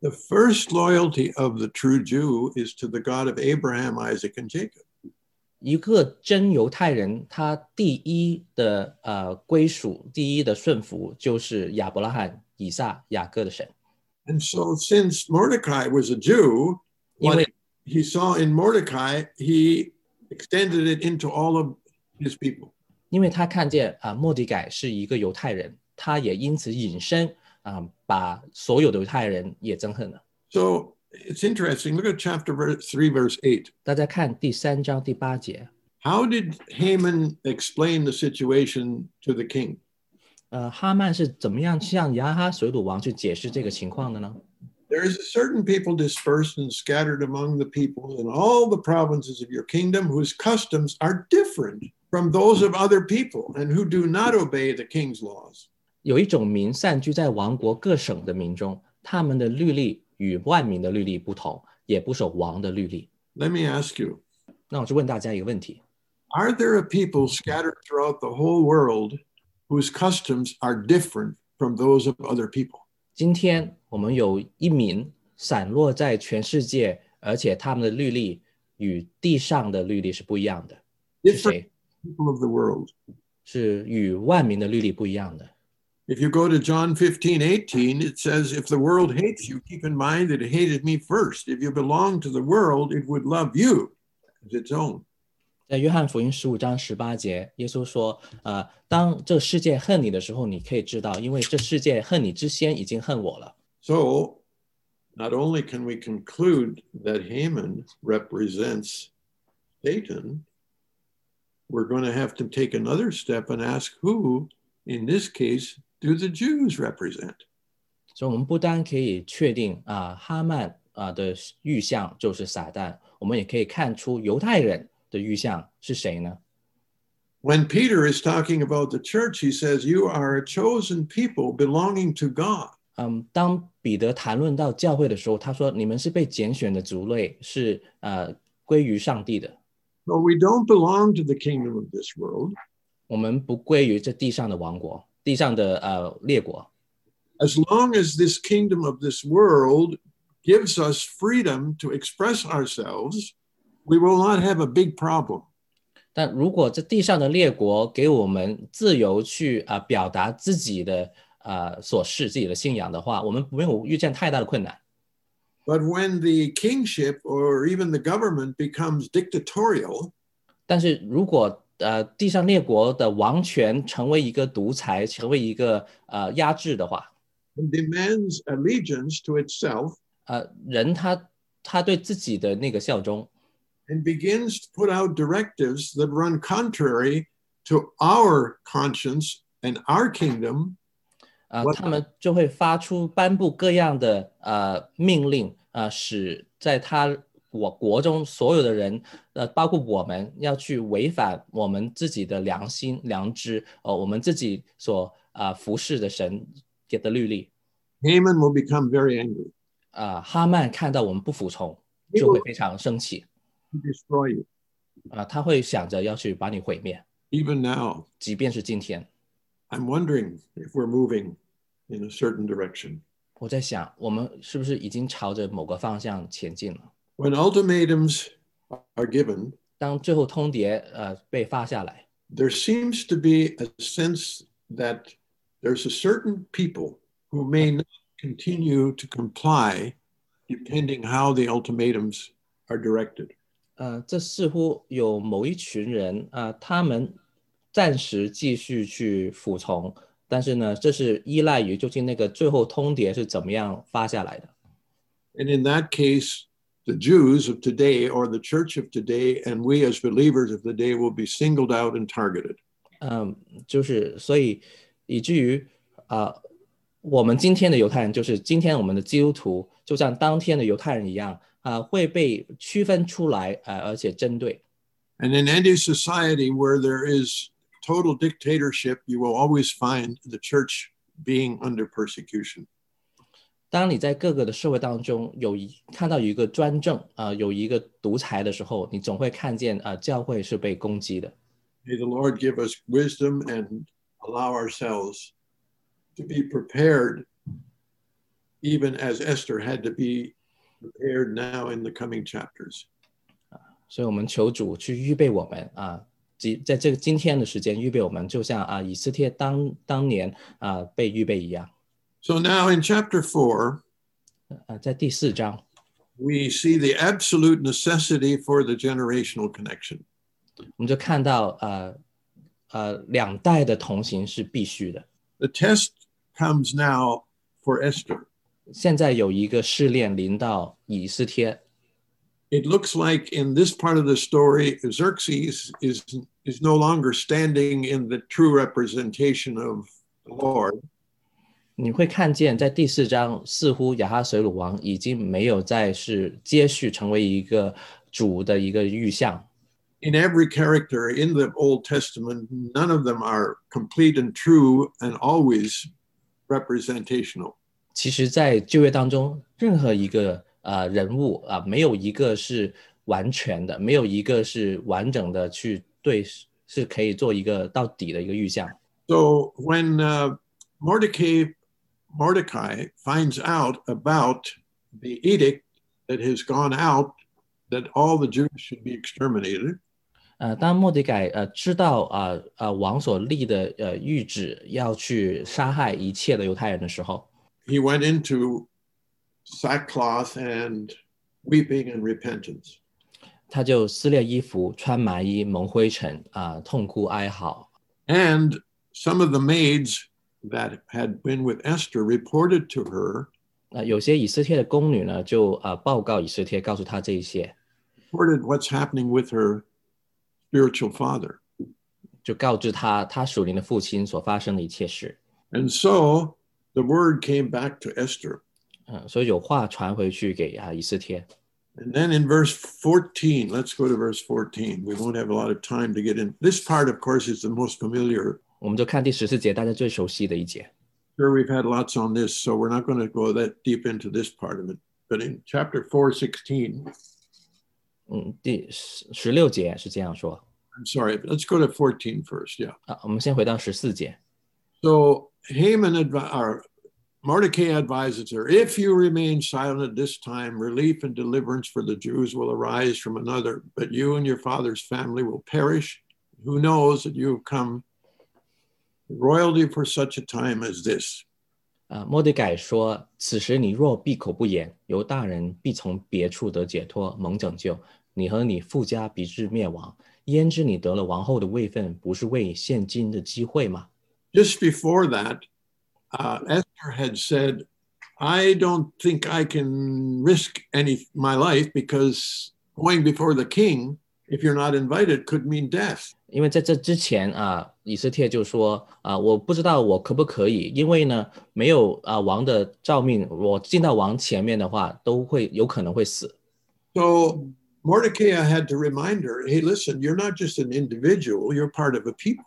Speaker 1: The first loyalty of the true Jew is to the God of Abraham, Isaac, and Jacob.
Speaker 2: 一个真犹太人，他第一的呃归属，第一的顺服就是亚伯拉罕、以撒、雅各的神，
Speaker 1: And so, since Mordecai was a Jew,
Speaker 2: 因
Speaker 1: what
Speaker 2: 为
Speaker 1: he saw in Mordecai, he extended it into all of his people.
Speaker 2: 因为他看见啊、莫迪改是一个犹太人，他也因此引申啊、把所有的犹太人也憎恨了。
Speaker 1: So it's interesting. Look at chapter verse, 3, verse 8.
Speaker 2: 大家看第三章第八节，
Speaker 1: How did Haman explain the situation to the king?
Speaker 2: 呃，哈曼是怎么样向亚哈水鲁王去解释这个情况的呢？
Speaker 1: There is a certain people dispersed and scattered among the people in all the provinces of your kingdom whose customs are different from those of other people and who do not obey the king's laws.
Speaker 2: 有一种民散居在王国各省的民中，他们的律例与万民的律例不同，也不守王的律例。
Speaker 1: Let me ask you
Speaker 2: 那我就问大家一个问题：
Speaker 1: Are there a people scattered throughout the whole world whose customs are different from those of other people?
Speaker 2: 今天我们有一民散落在全世界，而且他们的律例与地上的律例是不一样的，是
Speaker 1: Different
Speaker 2: 谁？
Speaker 1: people of the world.
Speaker 2: 是与万民的律例不一样的。
Speaker 1: If you go to John 15, 18, it says, If the world hates you, keep in mind that it hated me first. If you belong to the world, it would love you as its own.
Speaker 2: 在约翰福音十五章十八节，耶稣说：“呃，当这世界恨你的时候，你可以知道，因为这世界恨你之先已经恨我了。”
Speaker 1: So, not only can we conclude that Haman represents Satan, we're going to have to take another step and ask who, in this case, do the Jews represent?
Speaker 2: 所以，我们不单可以确定啊、哈曼啊、的预象就是撒旦，我们也可以看出犹太人的预象是谁呢？
Speaker 1: When Peter is talking about the church, he says, You are a chosen people belonging to God.
Speaker 2: 嗯，当彼得谈论到教会的时候，他说：“你们是被拣选的族类，是呃归于上帝的。
Speaker 1: Well, we don't belong to the kingdom of this world.
Speaker 2: 我们不归于这地上的王国，地上的呃列国。
Speaker 1: As long as this kingdom of this world gives us freedom to express ourselves, we will not have a big problem.
Speaker 2: 但如果这地上的列国给我们自由去啊、呃表达自己的呃所是自己的信仰的话，我们没有遇见太大的困难。
Speaker 1: But when the kingship or even the government becomes dictatorial,
Speaker 2: 但是如果呃地上列国的王权成为一个独裁，成为一个呃压制的话，
Speaker 1: and demands allegiance to itself
Speaker 2: 呃人他他对自己的那个效忠，
Speaker 1: and begins to put out directives that run contrary to our conscience and our kingdom,
Speaker 2: 呃
Speaker 1: What-
Speaker 2: 他们就会发出颁布各样的呃命令，呃使在他我国中所有的人，呃包括我们要去违反我们自己的良心良知，呃我们自己所啊服侍的神给的律例
Speaker 1: Haman will become very angry.
Speaker 2: 啊、呃哈曼看到我们不服从，
Speaker 1: He
Speaker 2: 就
Speaker 1: will
Speaker 2: 会非常生气。
Speaker 1: destroy you,
Speaker 2: 啊、他会想着要去把你毁灭，
Speaker 1: even now.
Speaker 2: 即便是今天，
Speaker 1: I'm wondering if we're moving in a certain direction.
Speaker 2: 我在想，我们是不是已经朝着某个方向前进了？
Speaker 1: When ultimatums are given,
Speaker 2: 当最后通牒呃被发下来，
Speaker 1: there seems to be a sense that there's a certain people who may not continue to comply depending how the ultimatums are directed.
Speaker 2: 呃，这似乎有某一群人啊、呃他们暂时继续去服从，但是呢，这是依赖于究竟那个最后通牒是怎么样发下来的。
Speaker 1: And in that case, the Jews of today or the church of today, and we as believers of the day will be singled out and targeted.
Speaker 2: 嗯，就是所以以至于啊、呃我们今天的犹太人，就是今天我们的基督徒，就像当天的犹太人一样啊、呃会被区分出来啊、呃而且针对。
Speaker 1: And in any society where there is total dictatorship, you will always find the church being under persecution.
Speaker 2: 当你在各个的社会当中有一看到有一个专政啊、呃有一个独裁的时候，你总会看见啊、呃教会是被攻击的。
Speaker 1: May the Lord give us wisdom and allow ourselves to be prepared, even as Esther had to be prepared now in the coming chapters.
Speaker 2: 所以，我们求主去预备我们啊，即在这个今天的时间预备我们，就像啊以斯帖当当年啊被预备一样
Speaker 1: So now in chapter four,
Speaker 2: 啊，在第四章。
Speaker 1: we see the absolute necessity for the generational connection.
Speaker 2: 我们就看到呃呃两代的同行是必须的。
Speaker 1: The test comes now for Esther.
Speaker 2: 现在有一个试炼临到以斯帖，
Speaker 1: It looks like in this part of the story, Xerxes is, is no longer standing in the true representation of the Lord.
Speaker 2: 你会看见在第四章，似乎亚哈水鲁王已经没有再是接续成为一个主的一个预象。
Speaker 1: In every character in the Old Testament, none of them are complete and true and always representational.
Speaker 2: 其实，在旧约当中，任何一个呃人物啊、没有一个是完全的，没有一个是完整的去对，是可以做一个到底的一个预象。
Speaker 1: So when uh, Mordecai, Mordecai finds out about the edict that has gone out that all the Jews should be exterminated,
Speaker 2: 呃，当莫迪改呃知道啊啊、呃王所立的呃谕旨要去杀害一切的犹太人的时候，
Speaker 1: he went into sackcloth and weeping and repentance.
Speaker 2: 他就撕裂衣服，穿麻衣，蒙灰尘啊、痛哭哀嚎。
Speaker 1: And some of the maids that had been with Esther reported to her,
Speaker 2: 呃，有些以斯帖的宫女呢，就啊、呃报告以斯帖，告诉他这一些，
Speaker 1: reported what's happening with her spiritual father.
Speaker 2: 就告知他他属灵的父亲所发生的一切事。
Speaker 1: And so the word came back to Esther.
Speaker 2: 嗯、所以有话传回去给啊、以斯帖。
Speaker 1: And then in verse 14, let's go to verse 14. We won't have a lot of time to get in. This part, of course, is the most familiar.
Speaker 2: 我们就看第十四节，大家最熟悉的一节。
Speaker 1: Sure, we've had lots on this, so we're not going to go that deep into this part of it. But in chapter 416,
Speaker 2: 嗯，第十十六节是这样说
Speaker 1: I'm sorry, let's go to 14 first. Yeah.
Speaker 2: 啊、我们先回到十四节。
Speaker 1: So Haman advi- or Mordecai advises her, if you remain silent at this time, relief and deliverance for the Jews will arise from another, but you and your father's family will perish. Who knows that you have come royalty for such a time as this?
Speaker 2: 啊，莫迪改说：“此时你若闭口不言，犹大人必从别处得解脱，蒙拯救。你和你父家必至灭亡。焉知你得了王后的位分，不是为现今的机会吗
Speaker 1: Just before that, uh, Esther had said, I don't think I can risk any my life because going before the king, if you're not invited, could mean death.？”
Speaker 2: 因为在这之前啊，以色列就说啊，我不知道我可不可以，因为呢，没有啊王的诏命，我进到王前面的话，都会有可能会死。
Speaker 1: So Mordecai had to remind her, hey, listen, you're not just an individual, you're part of a people.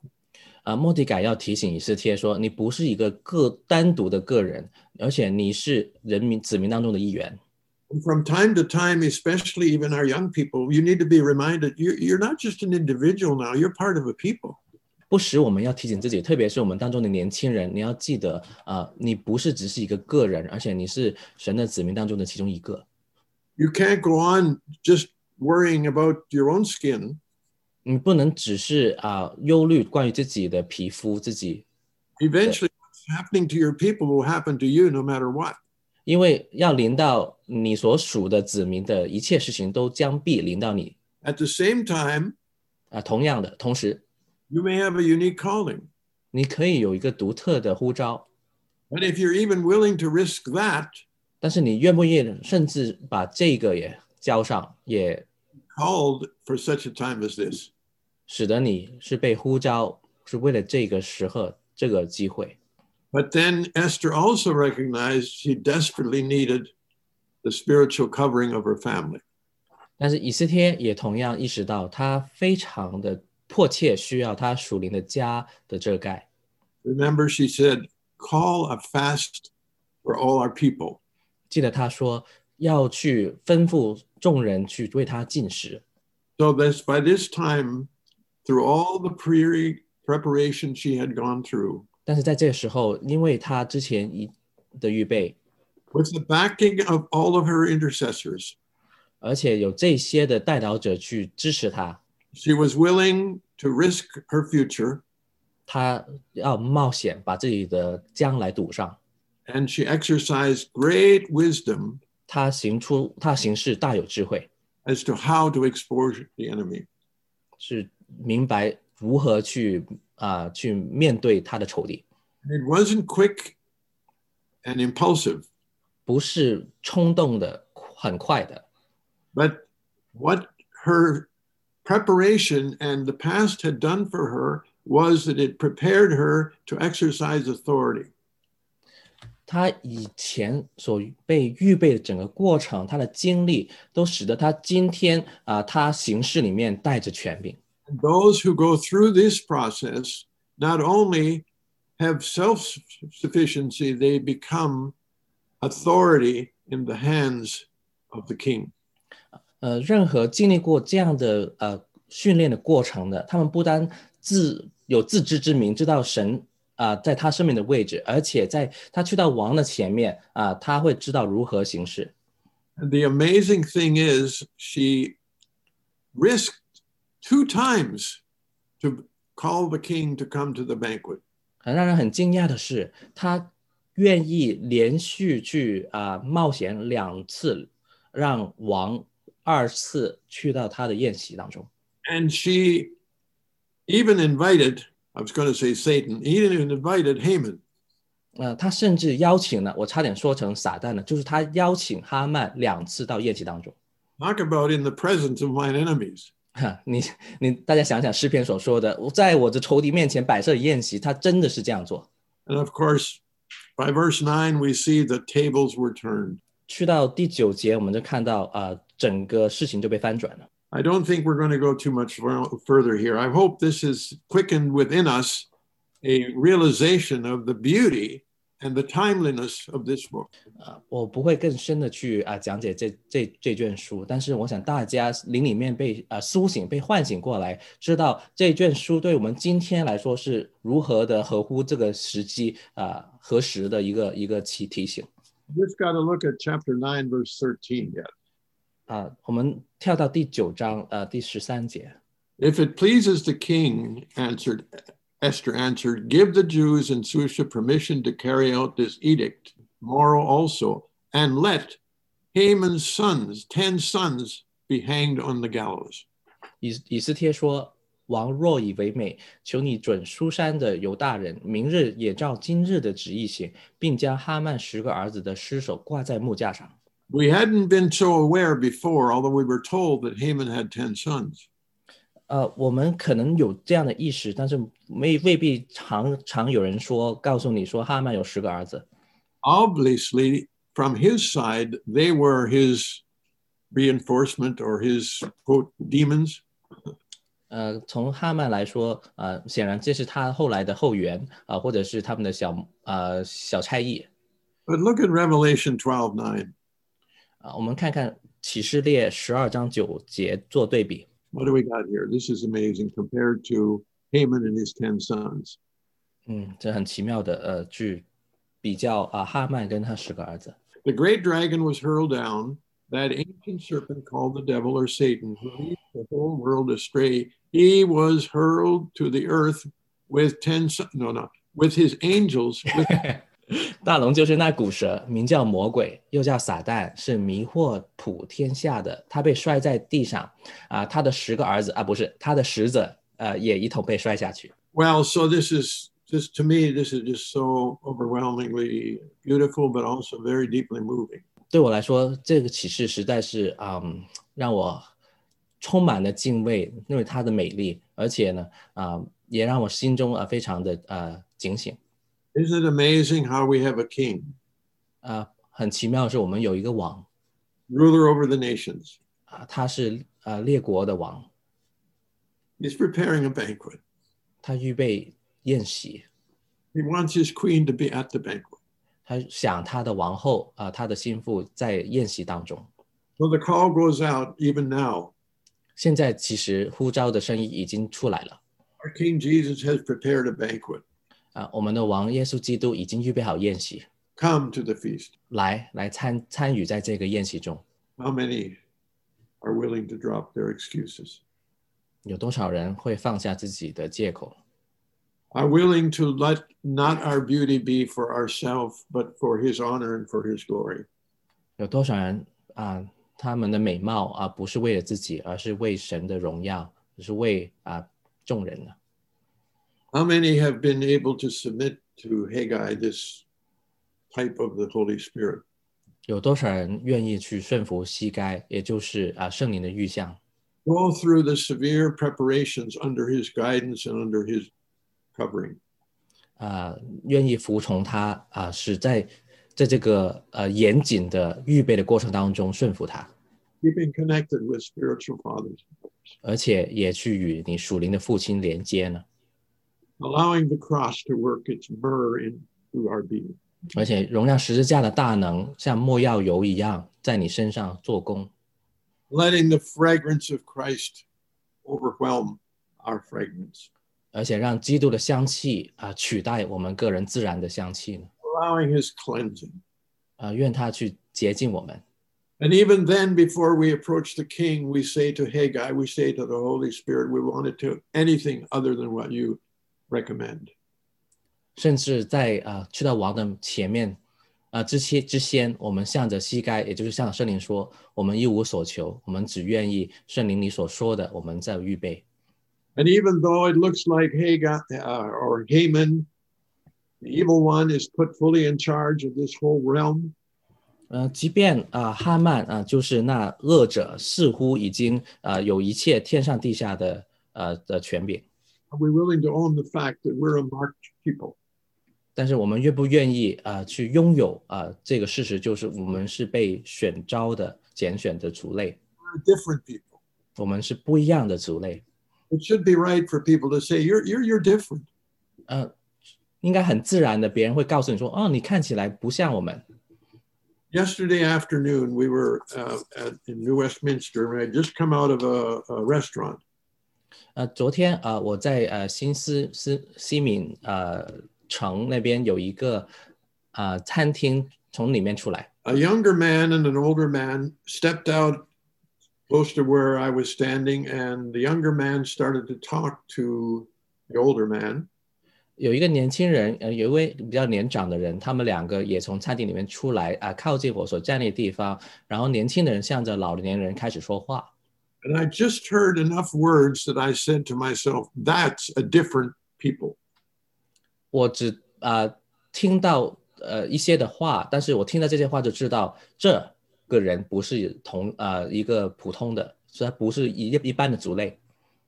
Speaker 2: 啊，莫迪改要提醒以斯帖说，你不是一个个单独的个人，而且你是人民子民当中的一员。
Speaker 1: And from time to time, especially even our young people, you need to be reminded you're, you're not just an individual now, you're part of a people.
Speaker 2: 不时我们要提醒自己，特别是我们当中的年轻人，你要记得啊、呃你不是只是一个个人，而且你是神的子民当中的其中一个。
Speaker 1: You can't go on just worrying about your own skin.
Speaker 2: 你不能只是啊、忧虑关于自己的皮肤，自己，
Speaker 1: Eventually, what's happening to your people will happen to you no matter what.
Speaker 2: 因为要临到你所属的子民的一切事情都将必临到你
Speaker 1: At the same time,
Speaker 2: 啊、同样的，同时
Speaker 1: you may have a unique calling.
Speaker 2: 你可以有一个独特的呼召，
Speaker 1: And if you're even willing to risk that,
Speaker 2: 但是你愿不愿意，甚至把这个也交上，也
Speaker 1: called for such a time as this.
Speaker 2: 使得你是被呼召，是为了这个时刻这个机会。
Speaker 1: But then Esther also recognized she desperately needed the spiritual covering of her family.
Speaker 2: 但是以斯帖也同样意识到，他非常的迫切需要他属灵的家的遮盖。
Speaker 1: Remember, she said, Call a fast for all our people.
Speaker 2: 记得他说要去吩咐众人去为他进食。
Speaker 1: So this by this time, through all the pre preparation she had gone through,
Speaker 2: 但是在这个时候，因为他之前一的预备，
Speaker 1: with the backing of all of her intercessors,
Speaker 2: 而且有这些的代祷者去支持他，
Speaker 1: she was willing to risk her future,
Speaker 2: 他要冒险把自己的将来赌上。
Speaker 1: and she exercised great wisdom
Speaker 2: 他行出他行事大有智慧，
Speaker 1: as to how to expose the enemy.
Speaker 2: 是明白如何去啊、去面对他的仇敌。
Speaker 1: It wasn't quick and impulsive,
Speaker 2: 不是冲动的、很快的，
Speaker 1: but what her preparation and the past had done for her was that it prepared her to exercise authority.
Speaker 2: 他以前所被预备的整个过程，他的经历都使得他今天啊、他行事里面带着权柄。
Speaker 1: And those who go through this process not only have self sufficiency, they become authority in the hands of the king.
Speaker 2: 呃，任何经历过这样的呃训练的过程的，他们不单自有自知之明，知道神啊、在他生命的位置，而且在他去到王的前面啊、他会知道如何行事。
Speaker 1: And the amazing thing is, she risked two times to call the king to come to the banquet.
Speaker 2: 很让人很惊讶的是，他愿意连续去啊、冒险两次，让王二次去到他的宴席当中。
Speaker 1: And she even invited, I was going to say Satan, he even invited Haman.
Speaker 2: 呃，他甚至邀请了，我差点说成撒旦了，就是他邀请哈曼两次到宴席当中。
Speaker 1: Talk about in the presence of mine enemies.
Speaker 2: 哈，你你大家想想诗篇所说的，我在我的仇敌面前摆设宴席，他真的是这样做。
Speaker 1: And of course, by verse 9, we see the tables were turned.
Speaker 2: 去到第九节，我们就看到啊、整个事情就被翻转了。
Speaker 1: I don't think we're going to go too much fur- further here. I hope this has quickened within us a realization of the beauty and the timeliness of this book.
Speaker 2: 呃，我不会更深的去啊、讲解这这这卷书，但是我想大家灵里面被啊、苏醒、被唤醒过来，知道这卷书对我们今天来说是如何的合乎这个时机啊、合时的一个一个提提醒
Speaker 1: Just got to look at chapter 9, verse 13 yet.
Speaker 2: 啊、我们跳到第九章呃第十三节，
Speaker 1: If it pleases the king, answered Esther answered, give the Jews in Susa permission to carry out this edict tomorrow also, and let Haman's sons, ten sons, be hanged on the gallows.
Speaker 2: 以以斯帖说：“王若以为美，求你准苏珊的犹大人，明日也照今日的旨意行，并将哈曼十个儿子的尸首挂在木架上。
Speaker 1: We hadn't been so aware before, although we were told that Haman had 10 sons. ”
Speaker 2: 呃，我们可能有这样的意识，但是没未必常常有人说告诉你说哈曼有十个儿子。
Speaker 1: Obviously, from his side, they were his reinforcement or his quote demons.
Speaker 2: 呃，从哈曼来说，呃，显然这是他后来的后援啊、或者是他们的小呃小差役
Speaker 1: But look at Revelation 12 9.
Speaker 2: 啊、我们看看启示列十二章九节做对比。
Speaker 1: What do we got here? This is amazing compared to Haman and his 10 sons.
Speaker 2: 嗯，这很奇妙的呃，去比较啊、哈曼跟他十个儿子。
Speaker 1: The great dragon was hurled down, that ancient serpent called the devil or Satan, who leads the whole world astray. He was hurled to the earth with 10 son- no, no, with his angels, with
Speaker 2: 大龙就是那古蛇，名叫魔鬼，又叫撒旦，是迷惑普天下的。他被摔在地上啊、他的十个儿子啊，不是他的使者，呃，也一同被摔下去。
Speaker 1: Well, so this is this to me, this is just so overwhelmingly beautiful, but also very deeply moving.
Speaker 2: 对我来说，这个启示实在是啊、嗯，让我充满了敬畏，因为它的美丽，而且呢啊、也让我心中啊、非常的呃警醒。
Speaker 1: Isn't it amazing how we have a king,
Speaker 2: 啊、很奇妙的是，我们有一个王，
Speaker 1: ruler over the nations?
Speaker 2: 啊，他是呃列国的王，
Speaker 1: He's preparing a banquet.
Speaker 2: 他预备宴席，
Speaker 1: He wants his queen to be at the banquet.
Speaker 2: 他想他的王后啊、他的心腹在宴席当中。
Speaker 1: So the call goes out even now.
Speaker 2: 现在其实呼召的声音已经出来了
Speaker 1: Our King Jesus has prepared a banquet.
Speaker 2: 啊、我们的王耶稣基督已经预备好宴席，
Speaker 1: Come to the feast.
Speaker 2: 来来参参与在这个宴席中。
Speaker 1: How many are willing to drop their excuses?
Speaker 2: 有多少人会放下自己的借口，
Speaker 1: Are willing to let not our beauty be for ourselves, but for his honor and for his glory?
Speaker 2: 有多少人啊、他们的美貌啊、不是为了自己，而是为神的荣耀，是为啊、众人呢？
Speaker 1: How many have been able to submit to Haggai this type of the Holy Spirit?
Speaker 2: 有多少人愿意去顺服膝盖，也就是啊圣灵的预象，
Speaker 1: Go through the severe preparations under his guidance and under his covering.
Speaker 2: 啊、愿意服从他啊、是在在这个呃严谨的预备的过程当中顺服他，
Speaker 1: Keeping connected with spiritual fathers,
Speaker 2: 而且也去与你属灵的父亲连接呢，
Speaker 1: allowing the cross to work its myrrh into our being.
Speaker 2: 而且容让十字架的大能像墨药油一样在你身上做工，
Speaker 1: letting the fragrance of Christ overwhelm our fragrance,
Speaker 2: 而且让基督的香气啊、取代我们个人自然的香气呢，
Speaker 1: allowing his cleansing.
Speaker 2: 啊、愿他去洁净我们。
Speaker 1: And even then, before we approach the king, we say to Haggai, we say to the Holy Spirit, we want it to anything other than what you recommend.
Speaker 2: 甚至在啊、呃去到王的前面啊、呃之前之先，我们向着膝盖，也就是向着圣灵说，我们一无所求，我们只愿意圣灵你所说的，我们在预备。
Speaker 1: And even though it looks like Haggai uh, or Haman, the evil one is put fully in charge of this whole realm,
Speaker 2: 呃，即便啊、呃哈曼啊、呃就是那恶者，似乎已经呃有一切天上地下的呃的权柄，
Speaker 1: are we willing to own the fact that we're a marked people?
Speaker 2: 但是我们愿不愿意啊、呃去拥有啊、呃这个事实，就是我们是被选召的、拣选的族类，
Speaker 1: We're a different people.
Speaker 2: 我们是不一样的族类。
Speaker 1: It should be right for people to say, you're, you're, you're different.
Speaker 2: 呃，应该很自然的，别人会告诉你说，哦，你看起来不像我们。
Speaker 1: Yesterday afternoon, we were uh, at, in New Westminster, and I had just come out of a, a restaurant.
Speaker 2: 呃，昨天啊、呃我在呃新思思西敏呃城那边有一个呃餐厅，从里面出来，
Speaker 1: A younger man and an older man stepped out close to where I was standing, and the younger man started to talk to the older man.
Speaker 2: 有一个年轻人，呃，有一位比较年长的人，他们两个也从餐厅里面出来啊、靠近我所站立的地方，然后年轻的人向着老年人开始说话。
Speaker 1: And I just heard enough words that I said to myself, that's a different people.
Speaker 2: 我只啊、呃听到呃一些的话，但是我听到这些话就知道这个人不是同呃一个普通的，所以他不是一一般的族类。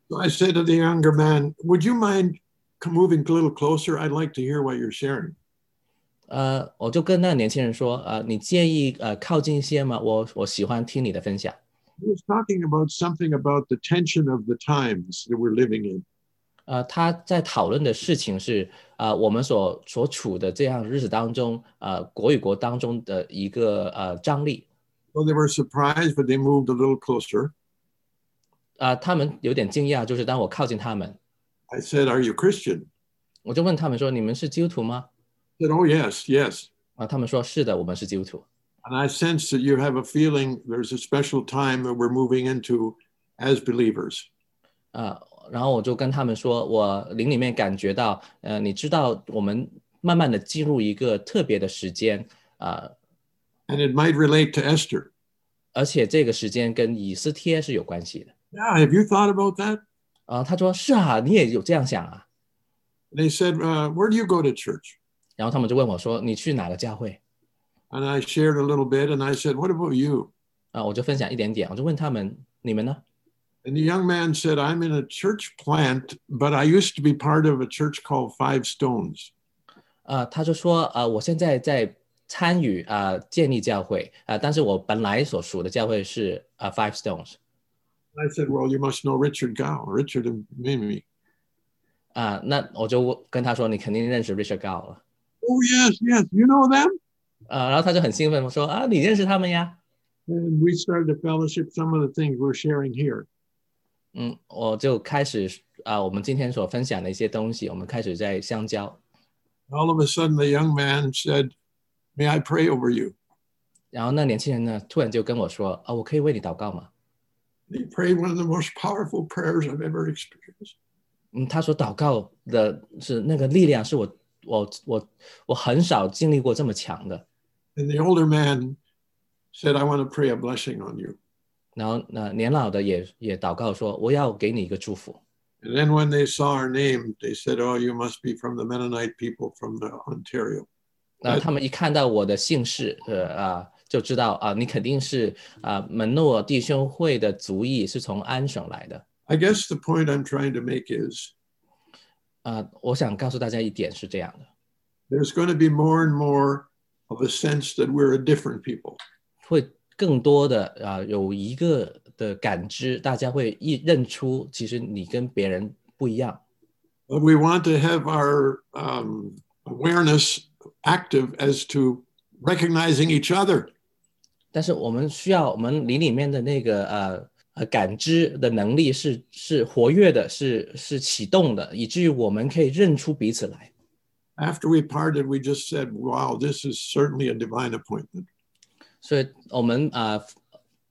Speaker 1: So I said to the younger man, Would you mind come moving a little closer? I'd like to hear what you're sharing.
Speaker 2: 呃，我就跟那个年轻人说，呃，你介意呃靠近一些吗？我我喜欢听你的分享。
Speaker 1: He was talking about something about the tension of the times that we're living in.
Speaker 2: 呃，他在讨论的事情是，呃，我们所所处的这样的日子当中，呃，国与国当中的一个呃张力，
Speaker 1: So they were surprised, but they moved a little closer.
Speaker 2: 啊、他们有点惊讶，就是当我靠近他们，
Speaker 1: I said, Are you Christian?
Speaker 2: 我就问他们说，你们是基督徒吗？
Speaker 1: He said, Oh, yes, yes.
Speaker 2: 啊、他们说是的，我们是基督徒。
Speaker 1: And I sense that you have a feeling there's a special time that we're moving into as believers.
Speaker 2: 啊、然后我就跟他们说，我灵里面感觉到，呃，你知道，我们慢慢的进入一个特别的时间，啊、
Speaker 1: And it might relate to Esther.
Speaker 2: 而且这个时间跟以斯帖是有关系的。
Speaker 1: Yeah, have you thought about that?
Speaker 2: 啊、他说是啊，你也有这样想啊。
Speaker 1: And they said, uh, Where do you go to church?
Speaker 2: 然后他们就问我说：“你去哪个教会
Speaker 1: And I shared a little bit and I said, What about you?
Speaker 2: 啊？”我就分享一点点，我就问他们：“你们呢
Speaker 1: And the young man said, I'm in a church plant, but I used to be part of a church called Five Stones.？”
Speaker 2: 啊、他就说：“啊、我现在在参与啊、建立教会啊、但是我本来所属的教会是啊、Five Stones
Speaker 1: And I said, Well, you must know Richard Gao, Richard and Mimi.
Speaker 2: 啊、那我就跟他说：“你肯定认识 Richard Gao 了。
Speaker 1: Oh, yes, yes, you know them? ”
Speaker 2: 啊，然后他就很兴奋，我说：“啊，你认识他们呀
Speaker 1: And we started to fellowship some of the things we're sharing here.？”
Speaker 2: 嗯，我就开始啊、我们今天所分享的一些东西，我们开始在相交。
Speaker 1: All of a sudden, the young man said, May I pray over you?
Speaker 2: 然后那年轻人呢，突然就跟我说：“啊，我可以为你祷告吗
Speaker 1: And he prayed one of the most powerful prayers I've ever experienced.？”
Speaker 2: 嗯，他所祷告的是那个力量，是我我我我很少经历过这么强的。
Speaker 1: And the older man said, I want to pray a blessing on you.
Speaker 2: 然后那、呃年老的也也祷告说：“我要给你一个祝福。
Speaker 1: And then when they saw our name, they said, Oh, you must be from the Mennonite people from the Ontario.
Speaker 2: 那、
Speaker 1: 哎
Speaker 2: 他们一看到我的姓氏，呃啊、就知道啊、你肯定是啊、门诺弟兄会的族裔，是从安省来的。
Speaker 1: I guess the point I'm trying to make is
Speaker 2: 啊、我想告诉大家一点是这样的：
Speaker 1: there's going to be more and more of a sense that we're a different people.
Speaker 2: 会更多的啊、有一个的感知，大家会一认出，其实你跟别人不一样。
Speaker 1: But we want to have our um, awareness active as to recognizing each other.
Speaker 2: 但是我们需要我们灵里面的那个呃呃感知的能力是是活跃的，是是启动的，以至于我们可以认出彼此来。
Speaker 1: After we parted, we just said, Wow, this is certainly a divine appointment.
Speaker 2: 所以我们啊、呃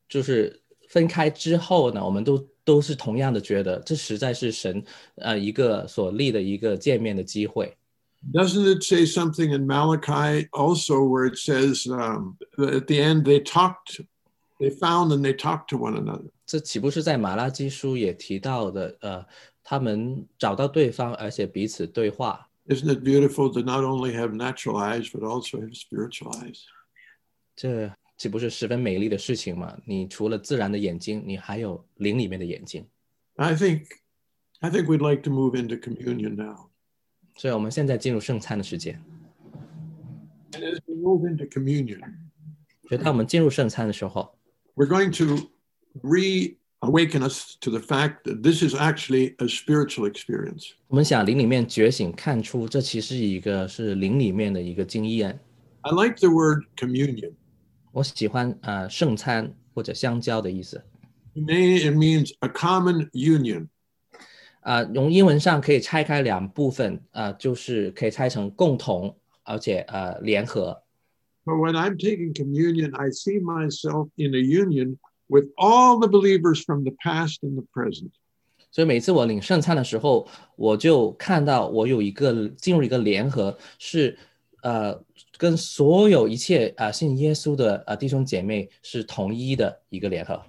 Speaker 2: 就是分开之后呢，我们都都是同样的觉得，这实在是神呃一个所立的一个见面的机会。
Speaker 1: Doesn't it say something in Malachi also where it says um, that at the end they talked, they found and they talked to one another?
Speaker 2: 这岂不是在马拉基书也提到的？呃，他们找到对方，而且彼此对话，
Speaker 1: Isn't it beautiful to not only have natural eyes, but also have spiritual eyes?
Speaker 2: 这岂不是十分美丽的事情吗？你除了自然的眼睛，你还有灵里面的眼睛。
Speaker 1: I think, I think we'd like to move into communion now.
Speaker 2: 所以，我们现在进入圣餐的时间。
Speaker 1: And as we move into communion,
Speaker 2: 所以，当我们进入圣餐的时候，
Speaker 1: we're going to re awaken us to the fact that this is actually a spiritual experience.
Speaker 2: 我们想灵里面觉醒，看出这其实一个是灵里面的一个经验。
Speaker 1: I like the word communion.
Speaker 2: 我喜欢呃圣餐或者香蕉的意思
Speaker 1: To me, it means a common union.
Speaker 2: 啊、用英文上可以拆开两部分啊、就是可以拆成共同，而且呃联合。
Speaker 1: But when I'm taking communion, I see myself in a union with all the believers from the past and the present.
Speaker 2: 所以每次我领圣餐的时候，我就看到我有一个进入一个联合，是呃跟所有一切啊、呃信耶稣的啊、呃弟兄姐妹是同一的一个联合。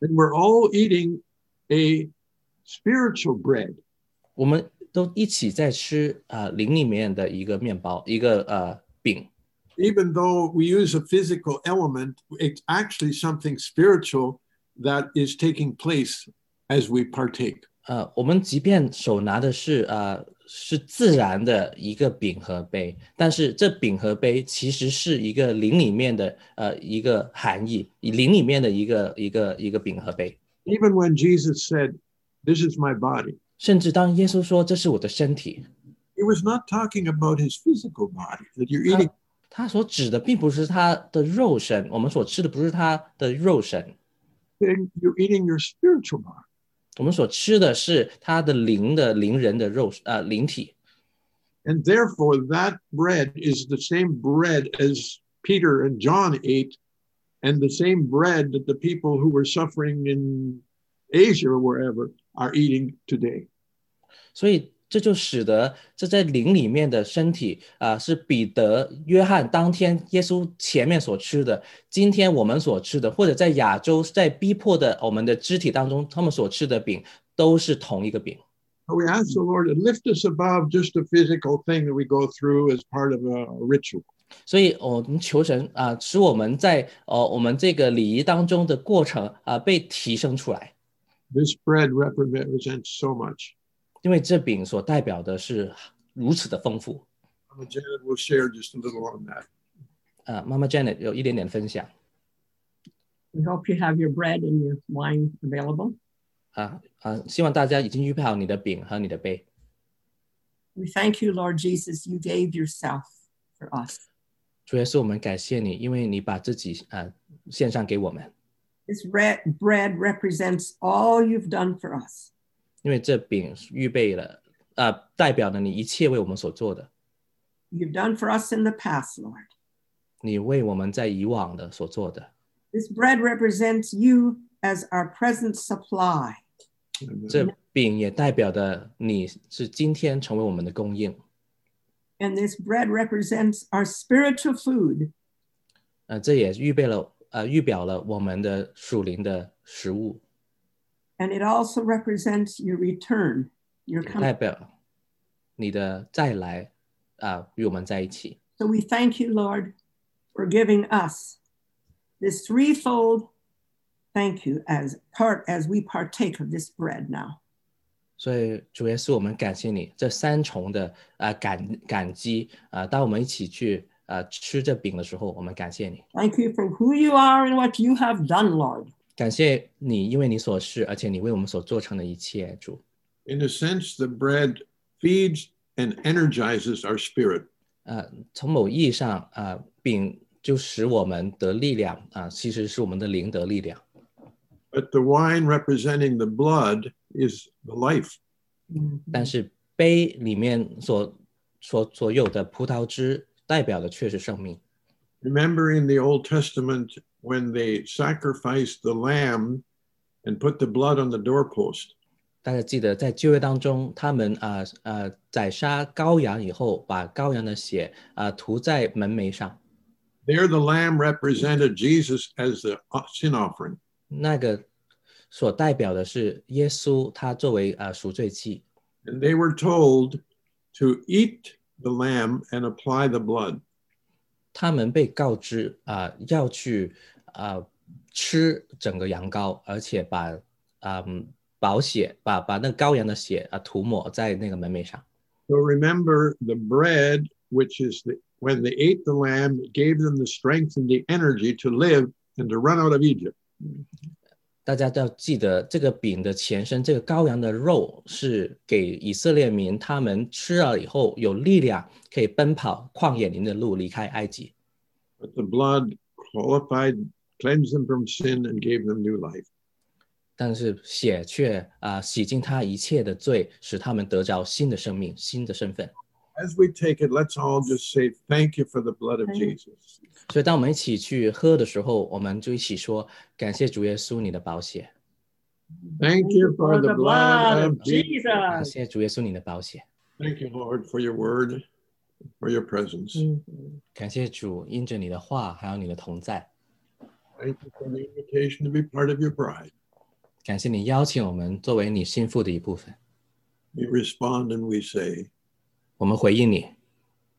Speaker 1: And we're all eating a spiritual bread.
Speaker 2: 我们都一起在吃啊、呃灵里面的一个面包，一个呃饼。
Speaker 1: Even though we use a physical element, it's actually something spiritual that is taking place as we partake.
Speaker 2: 呃，我们即便手拿的是呃是自然的一个饼和杯，但是这饼和杯其实是一个灵里面的呃一个含义，灵里面的一个一个一个饼和杯。
Speaker 1: Even when Jesus said, This is my body,
Speaker 2: 甚至当耶稣说这是我的身体，
Speaker 1: he was not talking about his physical body that you're eating.
Speaker 2: 他所指的并不是他的肉身，我们所吃的不是他的肉身，
Speaker 1: thing, You're eating your spiritual body.
Speaker 2: 我们所吃的是他的灵的灵人的肉呃灵体。
Speaker 1: And therefore, that bread is the same bread as Peter and John ate, and the same bread that the people who were suffering in Asia or wherever are eating today.
Speaker 2: 所以这就使得这在灵里面的身体啊、是彼得、约翰当天耶稣前面所吃的，今天我们所吃的，或者在亚洲在逼迫的我们的肢体当中，他们所吃的饼都是同一个饼。
Speaker 1: But Oh, we ask the Lord to lift us above just a physical thing that we go through as part of a ritual.
Speaker 2: 所以我们求神啊、使我们在呃我们这个礼仪当中的过程啊、被提升出来，
Speaker 1: This bread represents so much.
Speaker 2: 因为这饼所代表的是如此的丰富。
Speaker 1: Mama Janet will share just a little on that.
Speaker 2: 啊，妈妈 Janet 有一点点分享
Speaker 3: We hope you have your bread and your wine available.
Speaker 2: 啊啊，希望大家已经预备好你的饼和你的杯。
Speaker 3: We thank you, Lord Jesus, you gave yourself for us.
Speaker 2: 主耶稣，我们感谢你，因为你把自己啊、呃献上给我们，
Speaker 3: This red bread represents all you've done for us.
Speaker 2: 因为这饼预备了，呃，代表了你一切为我们所做的，
Speaker 3: You've done for us in the past, Lord.
Speaker 2: 你为我们在以往的所做的。
Speaker 3: This bread represents you as our present supply.
Speaker 1: And, uh,
Speaker 2: 这饼也代表的你是今天成为我们的供应，
Speaker 3: And this bread represents our spiritual food.
Speaker 2: 呃，这也预备了，呃，预表了我们的属灵的食物，
Speaker 3: And it also represents your return, your
Speaker 2: 也代
Speaker 3: coming.
Speaker 2: 表你的再来啊、与我们在一起。
Speaker 3: So we thank you, Lord, for giving us this threefold thank you as part as we partake of this bread now.
Speaker 2: 所以主耶稣，我们感谢你这三重的啊、呃感感激啊、呃当我们一起去啊、呃吃这饼的时候，我们感谢你，
Speaker 3: Thank you for who you are and what you have done, Lord.
Speaker 2: 感谢你，因为你所是，而且你为我们所做成的一切，主。
Speaker 1: in a sense, the bread feeds and energizes our spirit.
Speaker 2: 呃，从某意义上啊、呃饼就使我们得力量啊、其实是我们的灵得力量。
Speaker 1: But the wine representing the blood is the life.
Speaker 2: 但是杯里面所所所有的葡萄汁代表的却是生命。
Speaker 1: Remember in the Old Testament when they sacrificed the lamb and put the blood on the doorpost,
Speaker 2: 大家记得，在旧约当中，他们啊呃宰杀羔羊以后，把羔羊的血啊、呃涂在门楣上。
Speaker 1: there the lamb represented Jesus as the sin offering.
Speaker 2: 那个所代表的是耶稣，他作为啊、呃赎罪祭，
Speaker 1: And they were told to eat the lamb and apply the blood.
Speaker 2: 他们被告知啊、呃要去啊、呃吃整个羊羔，而且把啊、嗯保血把把那羔羊的血啊、涂抹在那个门楣上。
Speaker 1: So remember the bread, which is the, when they ate the lamb, it gave them the strength and the energy to live and to run out of Egypt.
Speaker 2: 大家都要记得，这个饼的前身，这个羔羊的肉是给以色列民，他们吃了以后有力量，可以奔跑旷野林的路，离开埃及。
Speaker 1: But the blood qualified, cleansed them from sin, and gave them new life.
Speaker 2: 但是血却啊、洗净他一切的罪，使他们得着新的生命、新的身份。
Speaker 1: As we take it, let's all just say thank you for the blood of
Speaker 3: Amen.
Speaker 1: Jesus.
Speaker 2: 所以，当我们一起去喝的时候，我们就一起说：“感谢主耶稣你的宝血，
Speaker 1: Thank you for the blood of Jesus.
Speaker 2: 感
Speaker 4: Jesus.
Speaker 2: 谢主耶稣你的宝血，
Speaker 1: Thank you, Lord, for your word, for your presence.
Speaker 4: Mhm.
Speaker 2: 感谢主因着你的话还有你的同在，
Speaker 1: Thank you for the invitation to be part of your bride.
Speaker 2: 感谢你邀请我们作为你心腹的一部分。
Speaker 1: We respond and we say,
Speaker 2: 我们回应你，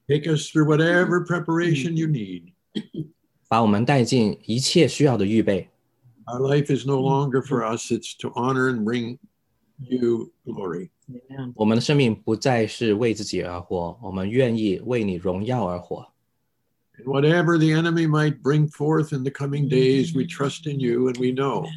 Speaker 1: Take us through whatever preparation you need.
Speaker 2: 把我们带进一切需要的预备。
Speaker 1: Our life is no longer for us, it's to honor and bring you glory.
Speaker 4: Amen.
Speaker 2: 我们的生命不再是为自己而活，我们愿意为你荣耀而活。
Speaker 1: And whatever the enemy might bring forth in the coming days, we trust in you and we know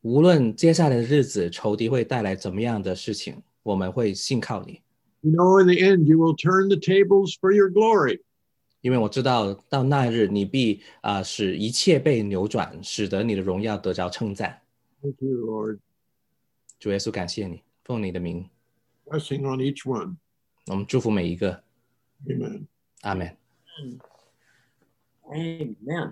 Speaker 2: 无论接下来的日子仇敌会带来怎么样的事情，我们会信靠你，
Speaker 1: We know in the end you will turn the tables for your glory.
Speaker 2: 因为我知道到那日你必啊、使一切被扭转，使得你的荣耀得着称赞。
Speaker 1: Thank you, Lord.
Speaker 2: 主耶稣，感谢你，奉你的名，
Speaker 1: Blessing on each one.
Speaker 2: 我们祝福每一个，
Speaker 1: Amen.
Speaker 2: 阿门。
Speaker 4: Amen.